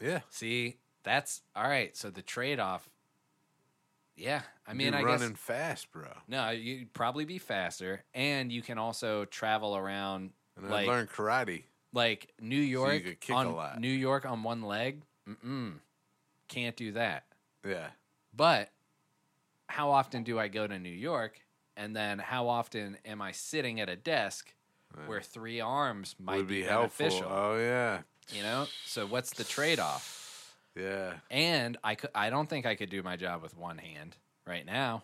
B: Yeah.
A: See, that's all right. So the trade off. Yeah, I mean,
B: You're
A: I
B: running
A: guess
B: fast, bro.
A: no, you'd probably be faster, and you can also travel around
B: And
A: Like-
B: I learned karate.
A: like New York
B: could kick a
A: on
B: lot.
A: New York on one leg. Mm-mm, can't do that.
B: Yeah.
A: But how often do I go to New York? And then how often am I sitting at a desk where three arms might
B: Would
A: be,
B: be helpful.
A: beneficial?
B: Oh yeah.
A: You know? So what's the trade off?
B: Yeah.
A: And I, could, I don't think I could do my job with one hand right now.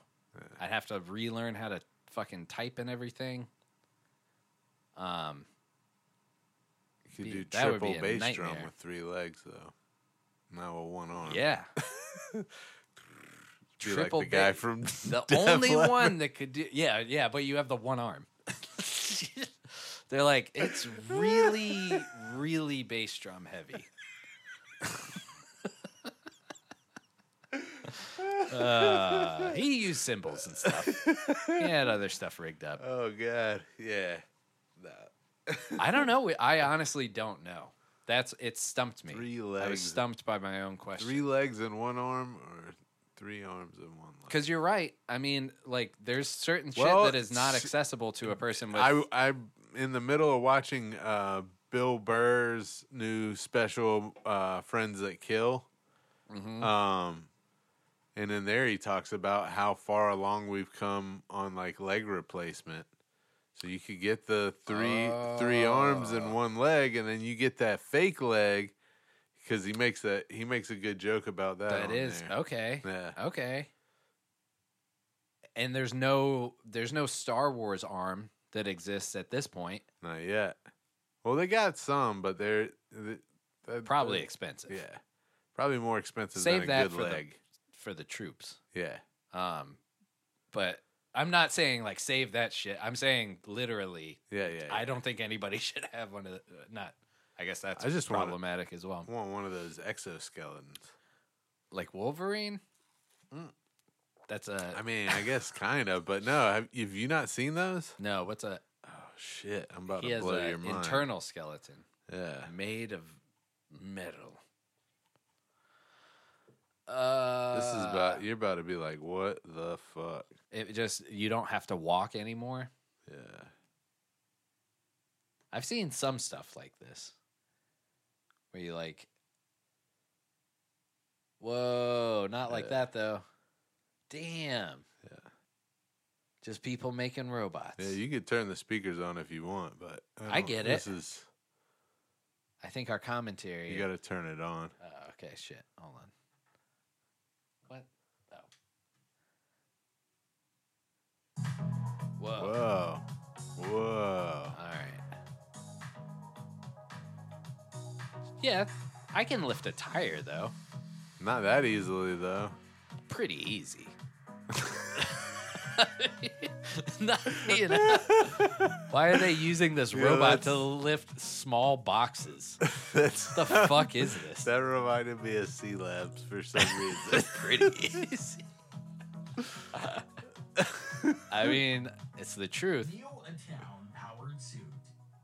A: I'd have to relearn how to fucking type and everything. Um,
B: You could
A: Be-
B: do
A: that would
B: triple
A: be a
B: bass drum
A: nightmare.
B: with three legs though. Not with one arm.
A: yeah.
B: Be like the guy
A: ba-
B: from
A: The
B: Def
A: only
B: Leppard.
A: one that could do yeah, yeah, but you have the one arm. They're like, it's really, really bass drum heavy. Uh, he used cymbals and stuff. He had other stuff rigged up.
B: Oh god. Yeah. Nah.
A: I don't know. I honestly don't know. That's it stumped me.
B: Three
A: I was
B: legs.
A: stumped by my own question.
B: Three legs and one arm or three arms and one leg.
A: Because you're right. I mean, like, there's certain shit
B: Well,
A: that is not
B: s-
A: accessible to a person with.
B: I I'm in the middle of watching uh Bill Burr's new special uh Friends That Kill.
A: Mhm.
B: Um, and in there, he talks about how far along we've come on like leg replacement. So you could get the three three arms
A: Ah.
B: and one leg, and then you get that fake leg because he makes a he makes a good joke about that.
A: that
B: on
A: is
B: there.
A: okay.
B: Oh, yeah.
A: Okay. And there's no there's no Star Wars arm that exists at this point.
B: Not yet. Well, they got some, but they're th- that-
A: Probably
B: that-
A: expensive.
B: Yeah, probably more expensive
A: Save
B: than a
A: that
B: good
A: for the-
B: leg.
A: For the troops.
B: Yeah,
A: Um, but I'm not saying like save that shit. I'm saying literally.
B: yeah, yeah.
A: I don't think anybody should have one of the, uh, not. I guess that's
B: I just wanna-
A: problematic as well.
B: want one of those exoskeletons.
A: Like Wolverine.
B: Mm.
A: That's a
B: I mean, I guess kind of, but no. Have, have you not seen those?
A: no. What's a
B: Oh shit! I'm about
A: he
B: to
A: has
B: blow your
A: an
B: mind.
A: internal skeleton
B: yeah,
A: made of metal. Uh,
B: this is about you're about to be like, what the fuck?
A: it. Just you don't have to walk anymore.
B: Yeah.
A: I've seen some stuff like this where you like, whoa, not like
B: Yeah.
A: that though. Damn.
B: Yeah.
A: Just people making robots.
B: Yeah, you could turn the speakers on if you want, but
A: I
B: don't-
A: get
B: this
A: it.
B: is
A: I think our commentary.
B: you got to turn it on.
A: Oh, okay, shit. Hold on. What? Oh. Whoa.
B: Whoa, whoa!
A: All right. Yeah, I can lift a tire though.
B: Not that easily though.
A: pretty easy. Not, you know. Why are they using this
B: Yeah,
A: robot to
B: that's-
A: lift small boxes?
B: That's
A: The fuck is this?
B: That reminded me of C Labs for some reason.
A: pretty easy. I mean, it's the truth.
D: Neo a town powered suit,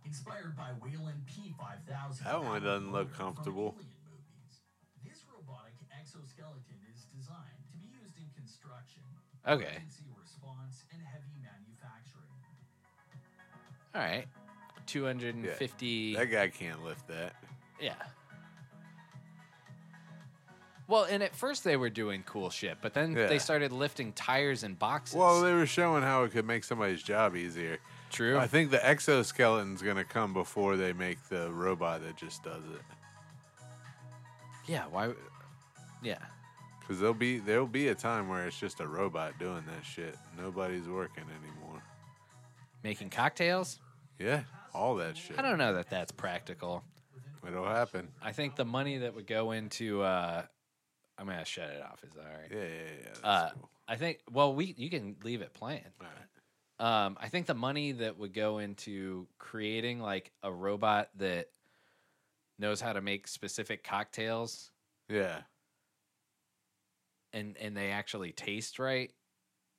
D: inspired by Wayland P5000.
B: That one doesn't look
D: from
B: comfortable.
D: Alien movies. This robotic exoskeleton is designed to be used in construction,
A: Okay.
D: emergency response, and heavy manufacturing.
A: All right. 250.
B: that guy can't lift that.
A: Yeah. Well, and at first they were doing cool shit, but then
B: Yeah.
A: they started lifting tires and boxes.
B: Well, they were showing how it could make somebody's job easier.
A: True.
B: I think the exoskeleton's gonna come before they make the robot that just does it,
A: Yeah, why? Yeah,
B: because there'll be there'll be a time where it's just a robot doing that shit. Nobody's working anymore.
A: making cocktails.
B: Yeah, all that shit.
A: I don't know that that's practical.
B: It'll happen.
A: I think the money that would go into uh, I'm gonna shut it off. Is that all right?
B: Yeah, yeah, yeah. That's
A: uh,
B: cool.
A: I think. Well, we you can leave it playing.
B: All right.
A: Um, I think the money that would go into creating like a robot that knows how to make specific cocktails
B: Yeah.
A: and and they actually taste right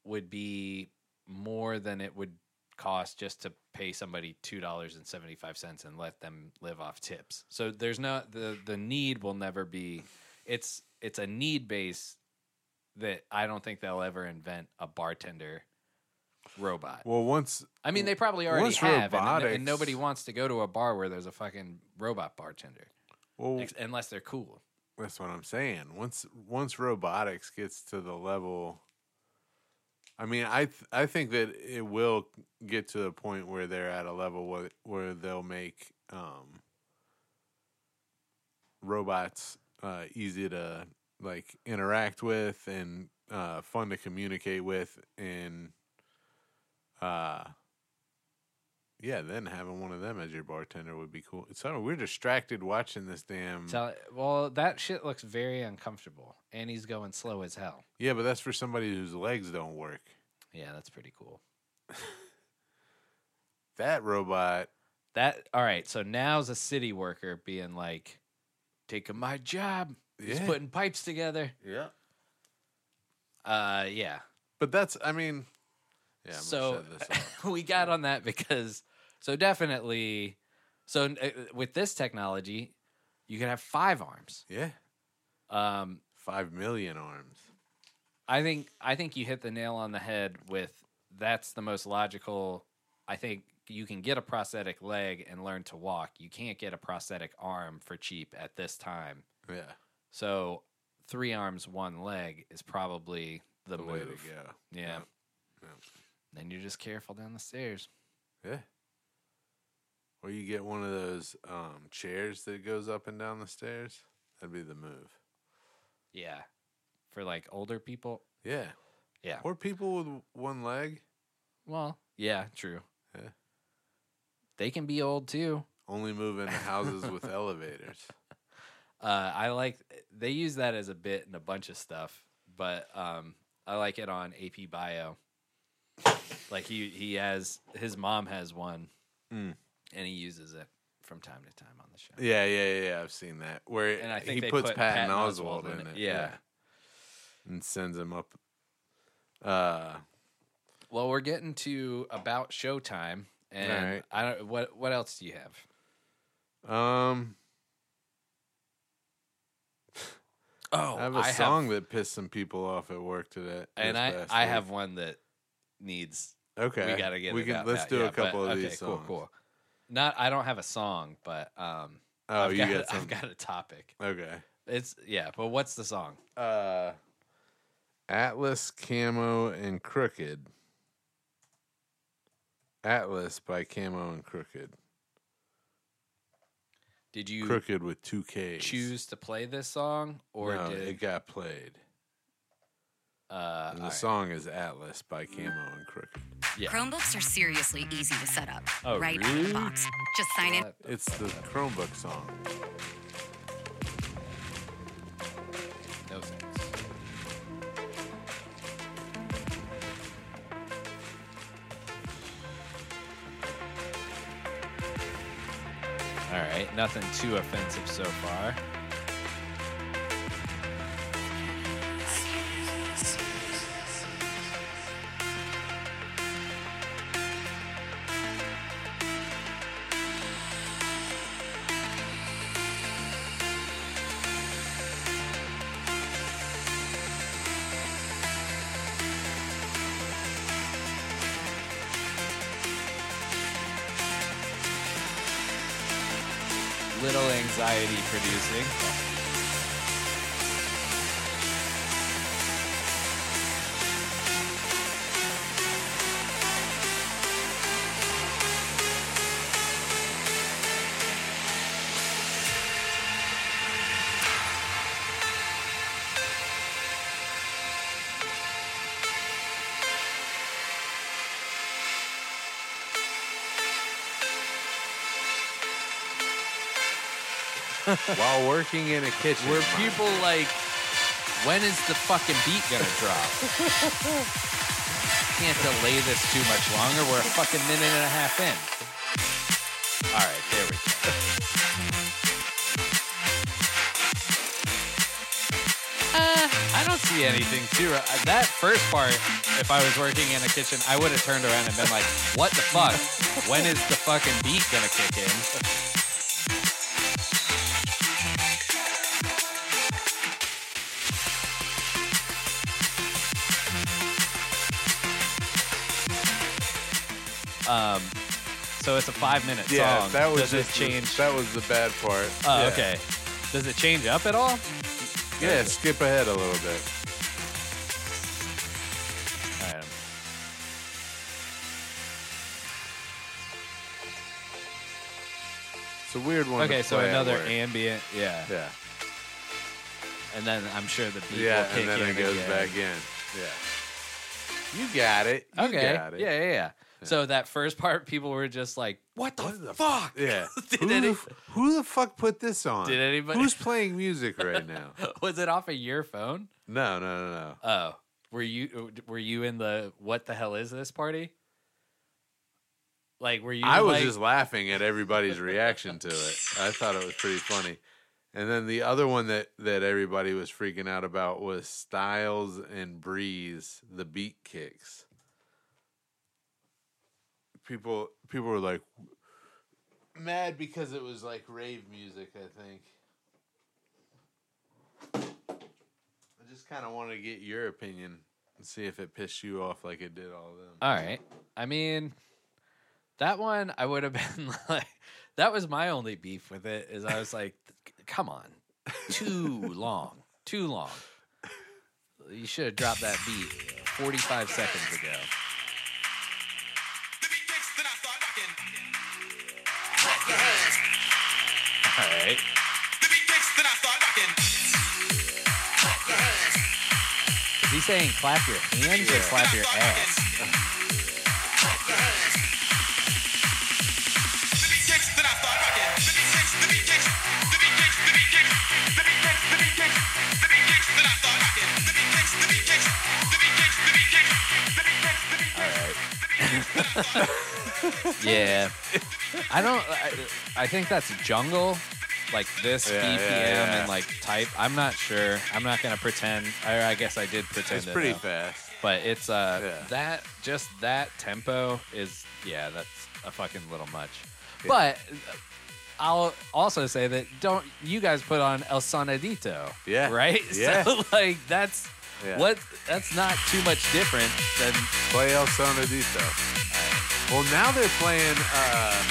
A: would be more than it would cost just to pay somebody two dollars and seventy five cents and let them live off tips. So there's no the the need will never be. It's it's a need base that I don't think they'll ever invent a bartender robot.
B: Well, once
A: I mean, they probably already
B: once
A: have, and- and,
B: robotics-
A: nobody wants to go to a bar where there's a fucking robot bartender,
B: well,
A: ex- unless they're cool.
B: that's what I'm saying. Once once robotics gets to the level, I mean, I th- I think that it will get to the point where they're at a level where where they'll make um, robots uh, easy to like interact with and uh, fun to communicate with and uh yeah then having one of them as your bartender would be cool so we're distracted watching this damn
A: Tell, well, that shit looks very uncomfortable, and he's going slow as hell.
B: Yeah, but that's for somebody whose legs don't work.
A: Yeah, that's pretty cool.
B: That robot,
A: That all right. So now's a city worker being like, "Taking my job, he's
B: Yeah.
A: putting pipes together."
B: yeah.
A: Uh, yeah.
B: But that's, I mean, yeah. I'm
A: so
B: gonna shut this off.
A: we got on that because so definitely. So uh, with this technology, you can have five arms.
B: yeah,
A: Um,
B: five million arms.
A: I think I think you hit the nail on the head with that's the most logical. I think you can get a prosthetic leg and learn to walk. You can't get a prosthetic arm for cheap at this time.
B: Yeah,
A: So three arms, one leg is probably the,
B: the
A: move.
B: way to go.
A: Yeah.
B: Yep.
A: Then you're just careful down the stairs.
B: Yeah. Or you get one of those um, chairs that goes up and down the stairs. That'd be the move.
A: Yeah. For like older people.
B: Yeah.
A: Yeah.
B: Or people with one leg.
A: Well, yeah, true.
B: Yeah.
A: They can be old too.
B: Only move into houses with elevators.
A: Uh, I like they use that as a bit in a bunch of stuff, but um, I like it on AP Bio. Like he he has his mom has one,
B: Mm.
A: and he uses it from time to time on the show.
B: Yeah, yeah, yeah. I've seen that. Where
A: And I think
B: he
A: they
B: puts
A: put
B: Patton,
A: Patton
B: Oswald
A: Oswalt
B: in,
A: in it.
B: it.
A: Yeah.
B: And sends him up. Uh,
A: Well, we're getting to about showtime, and
B: Alright.
A: I don't what what else do you have?
B: um,
A: Oh,
B: I have a song that pissed some people off at work today.
A: and
B: this
A: I
B: past
A: I
B: week.
A: have one that needs
B: Okay,
A: we gotta get
B: We
A: it
B: can
A: out
B: let's
A: now.
B: do
A: Yeah,
B: a
A: but-
B: couple of
A: okay,
B: these
A: Cool,
B: songs.
A: cool. Not I don't have a song, but um,
B: Oh,
A: I've
B: you
A: got,
B: got,
A: I've
B: some.
A: got a topic.
B: Okay.
A: It's yeah, but what's the song?
B: Uh, Atlas, Camo, and Crooked. Atlas by Camo and Crooked.
A: Did you
B: Crooked with two K's.
A: choose to play this song or
B: no,
A: did
B: it got played.
A: uh
B: And the
A: all right.
B: song is Atlas by Camo and Crooked.
A: Yeah.
E: Chromebooks are seriously easy to set up.
A: Oh,
E: right out of
A: really?
E: the box. Just sign in.
B: It's the Chromebook song.
A: No thanks. All right, nothing too offensive so far. Little anxiety producing.
B: While working in a kitchen.
A: Were people like, when is the fucking beat gonna drop? Can't delay this too much longer. We're a fucking minute and a half in. All right, there we go. Uh, I don't see anything too. ro- uh, That first part, if I was working in a kitchen, I would have turned around and been like, "What the fuck? When is the fucking beat gonna kick in?" Um, so it's a five-minute
B: yeah,
A: song.
B: that was
A: Does it
B: just the-
A: change?
B: that was the bad part.
A: Oh,
B: Yeah.
A: okay. Does it change up at all?
B: Yeah, skip ahead a little bit.
A: Alright.
B: It's a weird one.
A: Okay,
B: to
A: so
B: play at
A: another
B: work.
A: ambient, yeah,
B: Yeah.
A: and then I'm sure the beat
B: Yeah,
A: will kick
B: and then
A: in
B: it goes
A: again.
B: back in. Yeah. You got it. You
A: Okay,
B: got it.
A: Yeah, yeah, yeah. So that first part, people were just like, "What the, fuck?"
B: Yeah.
A: Did
B: who,
A: any-
B: the f- who the fuck put this on?
A: Did anybody-
B: Who's playing music right now?
A: Was it off of your phone?
B: No, no, no, no.
A: Oh, were you were you in the what the hell is this party? Like, were you?
B: I was
A: like-
B: just laughing at everybody's reaction to it. I thought it was pretty funny. And then the other one that that everybody was freaking out about was Styles and Breeze, the beat kicks. People people were like mad because it was like rave music, I think. I just kind of wanted to get your opinion and see if it pissed you off like it did all of them.
A: All right. I mean, that one I would have been like, that was my only beef with it is I was like, come on, too long, too long. You should have dropped that beat 45 seconds ago. All right. Is he saying clap your hands or clap your ass?
F: Let me kicks, then I start rocking.
A: yeah. I don't. I, I think that's jungle, like this
B: Yeah, yeah,
A: BPM
B: yeah.
A: and like type. I'm not sure. I'm not gonna pretend. I, I guess I did pretend.
B: It's
A: to
B: pretty
A: know.
B: fast.
A: But it's uh
B: Yeah.
A: that just that tempo is yeah that's a fucking little much.
B: Yeah.
A: But uh, I'll also say that don't you guys put on El Sonadito?
B: Yeah.
A: Right.
B: Yeah.
A: So like that's
B: Yeah.
A: what that's not too much different than
B: Play El Sonadito. Well, now they're playing uh,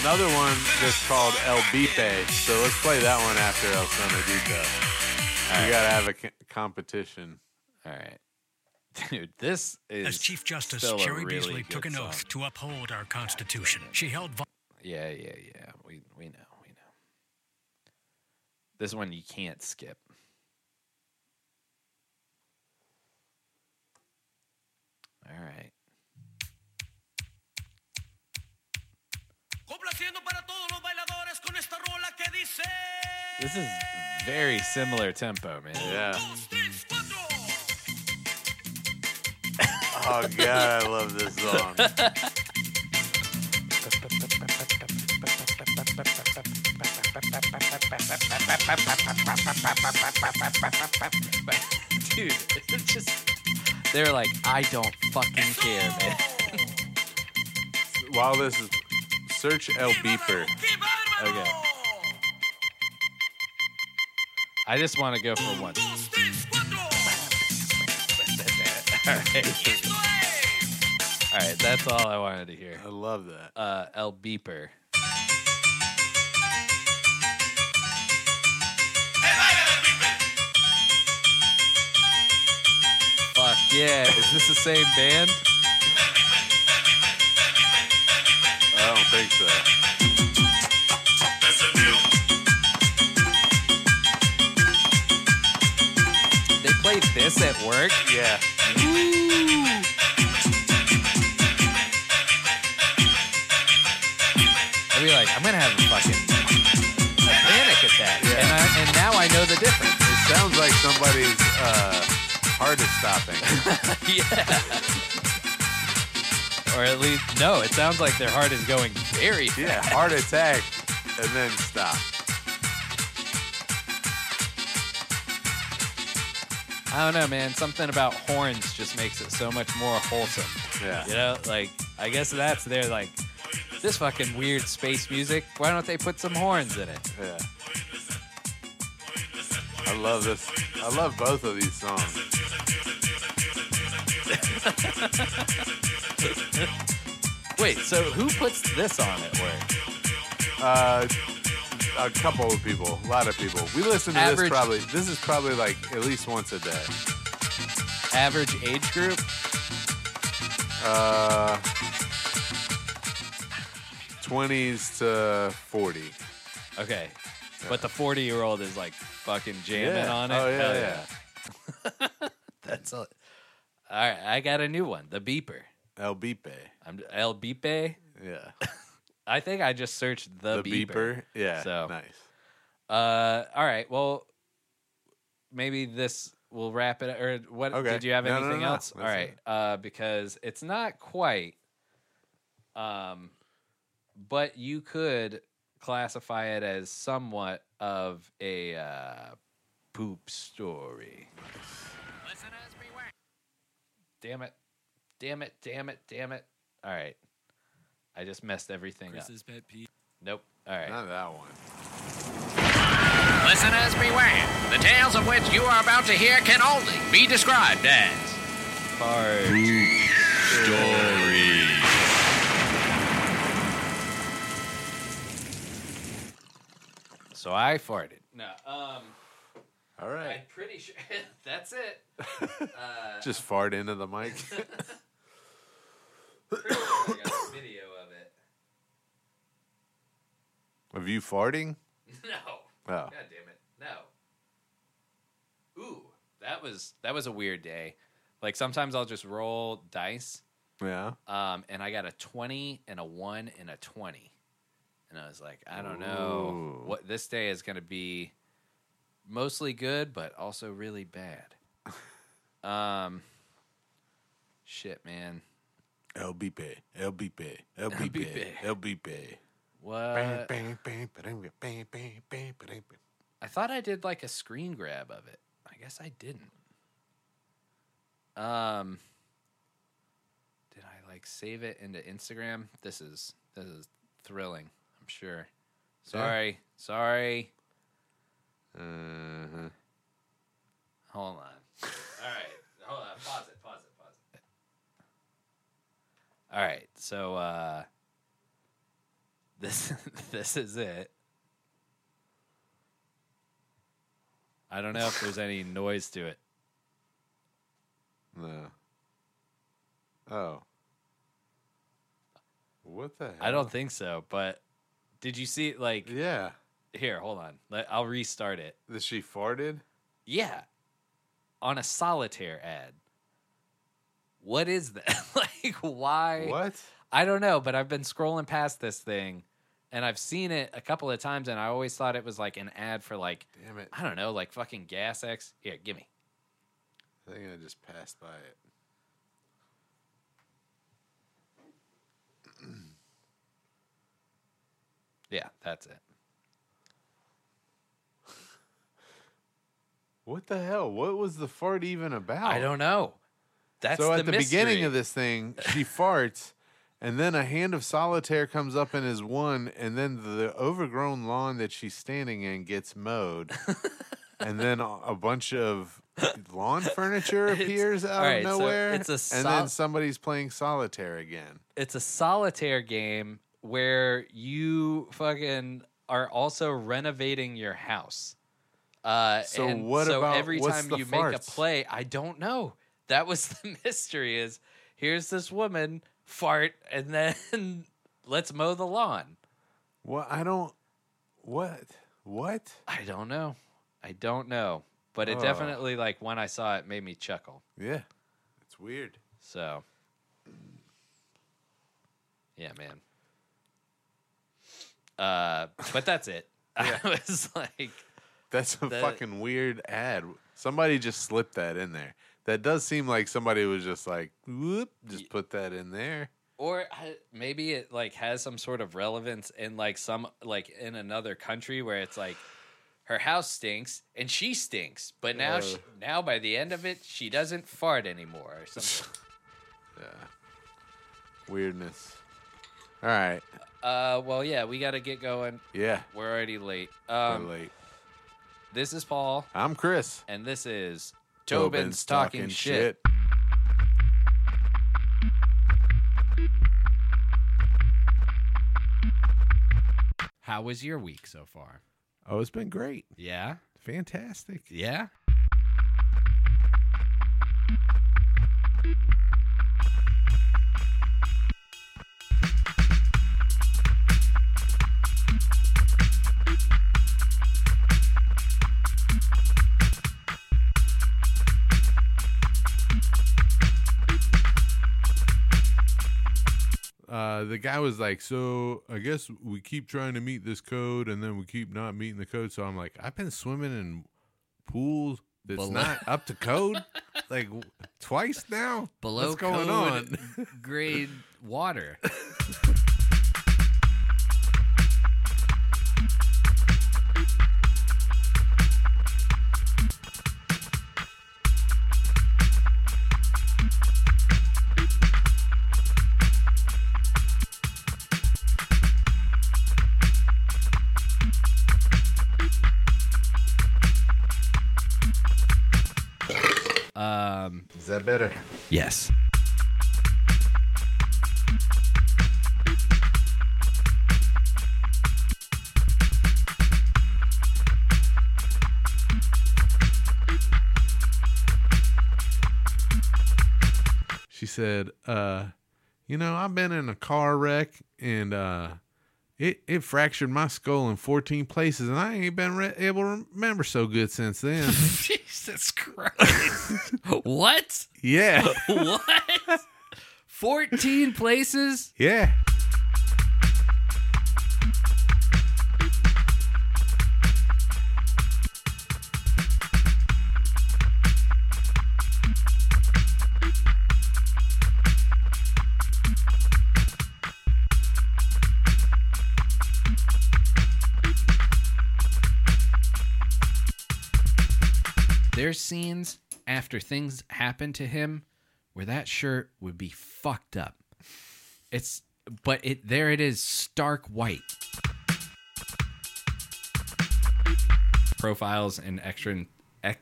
B: another one that's called El Bife. So let's play that one after El Sonadito. You gotta have a c- competition.
A: all right. Dude, this is
C: As Chief Justice,
A: still a
C: Jerry
A: really
C: Beasley took
A: good
C: an
A: song.
C: oath to uphold our Constitution. She held vo-
A: Yeah, yeah, yeah. We we know, we know. This one you can't skip. All right.
F: Complaciendo para todos los bailadores con esta rola que dice.
A: This is very similar tempo, man.
B: Yeah.
F: Dos, tres, cuatro.
B: Oh god, I love this song.
A: Dude, it's just they're like, I don't fucking care, man.
B: While this is, search El
F: ¡Qué bárbaro,
B: Beeper.
F: ¡Qué bárbaro!
A: I just want to go for one.
F: Dos, tres, cuatro.
A: All right,
F: Y esto es.
A: all right. That's all I wanted to hear.
B: I love that.
A: Uh, El Beeper.
F: El baile del Beeper.
A: Fuck yeah! Is this the same band?
B: I don't think so.
F: That's a deal.
A: They played this at work.
B: Yeah.
A: I'd be like, I'm gonna have a fucking a panic attack. And, I, and now I know the difference.
B: It sounds like somebody's uh, heart is stopping.
A: yeah. Or at least, no, it sounds like their heart is going very.
B: Yeah, heart attack, and then stop.
A: I don't know, man. Something about horns just makes it so much more wholesome.
B: Yeah.
A: You know, like I guess that's their like this fucking weird space music. Why don't they put some horns in it?
B: Yeah. I love this. I love both of these songs.
A: Wait, so who puts this on at work?
B: Uh, a couple of people, a lot of people. We listen to this
A: Average-
B: probably. This is probably like at least once a day.
A: Average age group?
B: Uh, 20s to 40.
A: Okay. But the 40 year old is like fucking jamming
B: Yeah.
A: on it.
B: Oh, yeah,
A: Hell
B: yeah.
A: That's all. All right, I got a new one. The beeper.
B: El Bipe.
A: I'm El Beepe.
B: Yeah.
A: I think I just searched the, beeper.
B: Yeah.
A: So-
B: Nice.
A: Uh, all right. Well, maybe this will wrap it. Or what?
B: Okay.
A: Did you have
B: No, no,
A: anything
B: no, no.
A: else? All
B: That's
A: right.
B: it.
A: Uh, because it's not quite. Um, but you could classify it as somewhat of a uh, poop story. Damn it! Damn it! Damn it! Damn it! All right. I just messed everything up.
C: Chris's pet peeve.
A: Nope. All right.
B: Not that one.
G: Listeners beware. The tales of which you are about to hear can only be described as.
A: Hard. So I farted. No, um, I'm
B: All right.
A: pretty sure that's it.
B: Just fart into the mic.
A: Pretty sure I got a video of it.
B: of you farting?
A: No,
B: Oh.
A: god damn it, no. Ooh, that was that was a weird day. Like sometimes I'll just roll dice,
B: Yeah.
A: um, and I got a twenty and a one and a twenty, and I was like, I don't know
B: Ooh.
A: what this day is going to be. Mostly good, but also really bad. um, shit, man.
B: El Bipe, El Bipe, El Bipe,
A: Bipe.
B: El Bipe.
A: What? I thought I did like a screen grab of it. I guess I didn't. Um did I like save it into Instagram? This is this is thrilling, I'm sure. Sorry. Sorry. Mm-hmm.
B: Uh-huh.
A: Hold on. All right. Hold on. Pause it. Pause it. Pause it. All right. So uh this this is it. I don't know if there's any noise to it.
B: No. Oh. What the hell?
A: I don't think so, but did you see like
B: Yeah.
A: here, hold on. Let, I'll restart it.
B: That she farted?
A: Yeah. On a solitaire ad. What is that? like why
B: What?
A: I don't know, but I've been scrolling past this thing and I've seen it a couple of times and I always thought it was like an ad for like
B: Damn it.
A: I don't know, like fucking gas X. Here, give me.
B: I think I just passed by it.
A: Yeah, that's it.
B: What the hell? What was the fart even about?
A: I don't know. That's
B: Oh. so
A: the
B: at the beginning of
A: mystery.
B: this thing, she farts, and then a hand of solitaire comes up and is one, and then the overgrown lawn that she's standing in gets mowed, and then a a bunch of lawn furniture
A: It's-
B: appears out
A: alright,
B: of
A: so
B: nowhere,
A: it's a
B: and then
A: sol-
B: somebody's playing solitaire again.
A: it's a solitaire game where you fucking are also renovating your house. Uh,
B: So
A: and
B: what
A: so
B: about-
A: every
B: what's
A: time
B: the
A: you make a
B: farts?
A: play? I don't know. That was the mystery. Is here's this woman fart and then let's mow the lawn.
B: Well, I don't. What? What?
A: I don't know. I don't know. But it
B: Oh.
A: definitely like when I saw it made me chuckle.
B: Yeah, it's weird.
A: So Yeah, man. Uh but that's it. I was like
B: That's a
A: That-
B: fucking weird ad. Somebody just slipped that in there. That does seem like somebody was just like, whoop, just put that in there.
A: or I- maybe it like has some sort of relevance in like some like in another country where it's like her house stinks and she stinks, but now she, now by the end of it she doesn't fart anymore or something.
B: Weirdness. All right.
A: uh well yeah, we got to get going.
B: Yeah.
A: We're already late.
B: we're
A: Um
B: late.
A: this is Paul
B: I'm Chris.
A: and this is Tobin's, talking, shit. How was your week so far?
B: Oh, it's been great.
A: Yeah.
B: Fantastic.
A: Yeah.
B: uh, the guy was like, "So I guess we keep trying to meet this code, and then we keep not meeting the code." So I'm like, "I've been swimming in pools that's
C: Below-
B: not up to code, like w- twice now.
C: Below
B: What's going
C: code
B: on?"
C: grade water.
A: Um
B: Is that better?
C: Yes.
B: She said, "Uh, you know, I've been in a car wreck, and uh, it it fractured my skull in 14 places, and I ain't been re- able to remember so good since then."
C: Jesus Christ. what?
B: yeah,
C: What? 14 places?
B: yeah.
H: There's scenes after things happen to him where that shirt would be fucked up. It's but it there it is stark white. Profiles and extra ec,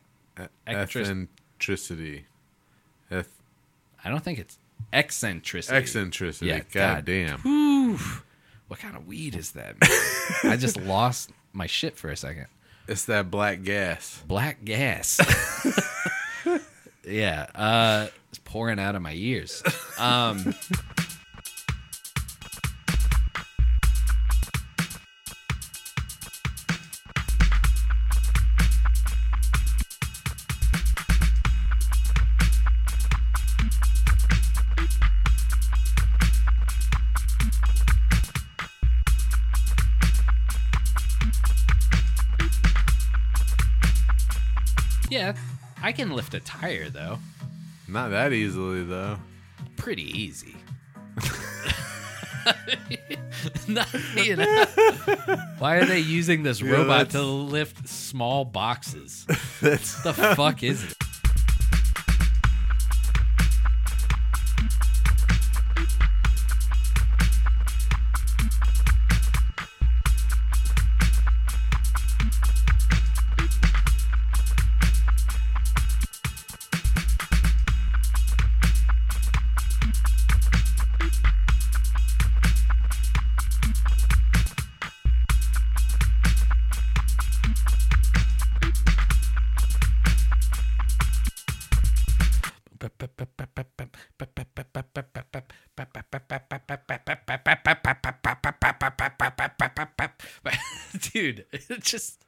H: extras-
B: Eccentricity. Eth-
H: I don't think it's eccentricity.
B: eccentricity.
H: Yeah,
B: God,
H: God.
B: damn.
H: what kind of weed is that? man? I just lost my shit for a second.
B: It's that black gas.
H: Black gas. yeah, uh, it's pouring out of my ears. Um, yeah, I can lift a tire though.
B: Not that easily though.
H: Pretty easy. Not, you know. Why are they using this robot to
B: that's-
H: lift small boxes?
B: That's
H: the fuck is it? Dude, it just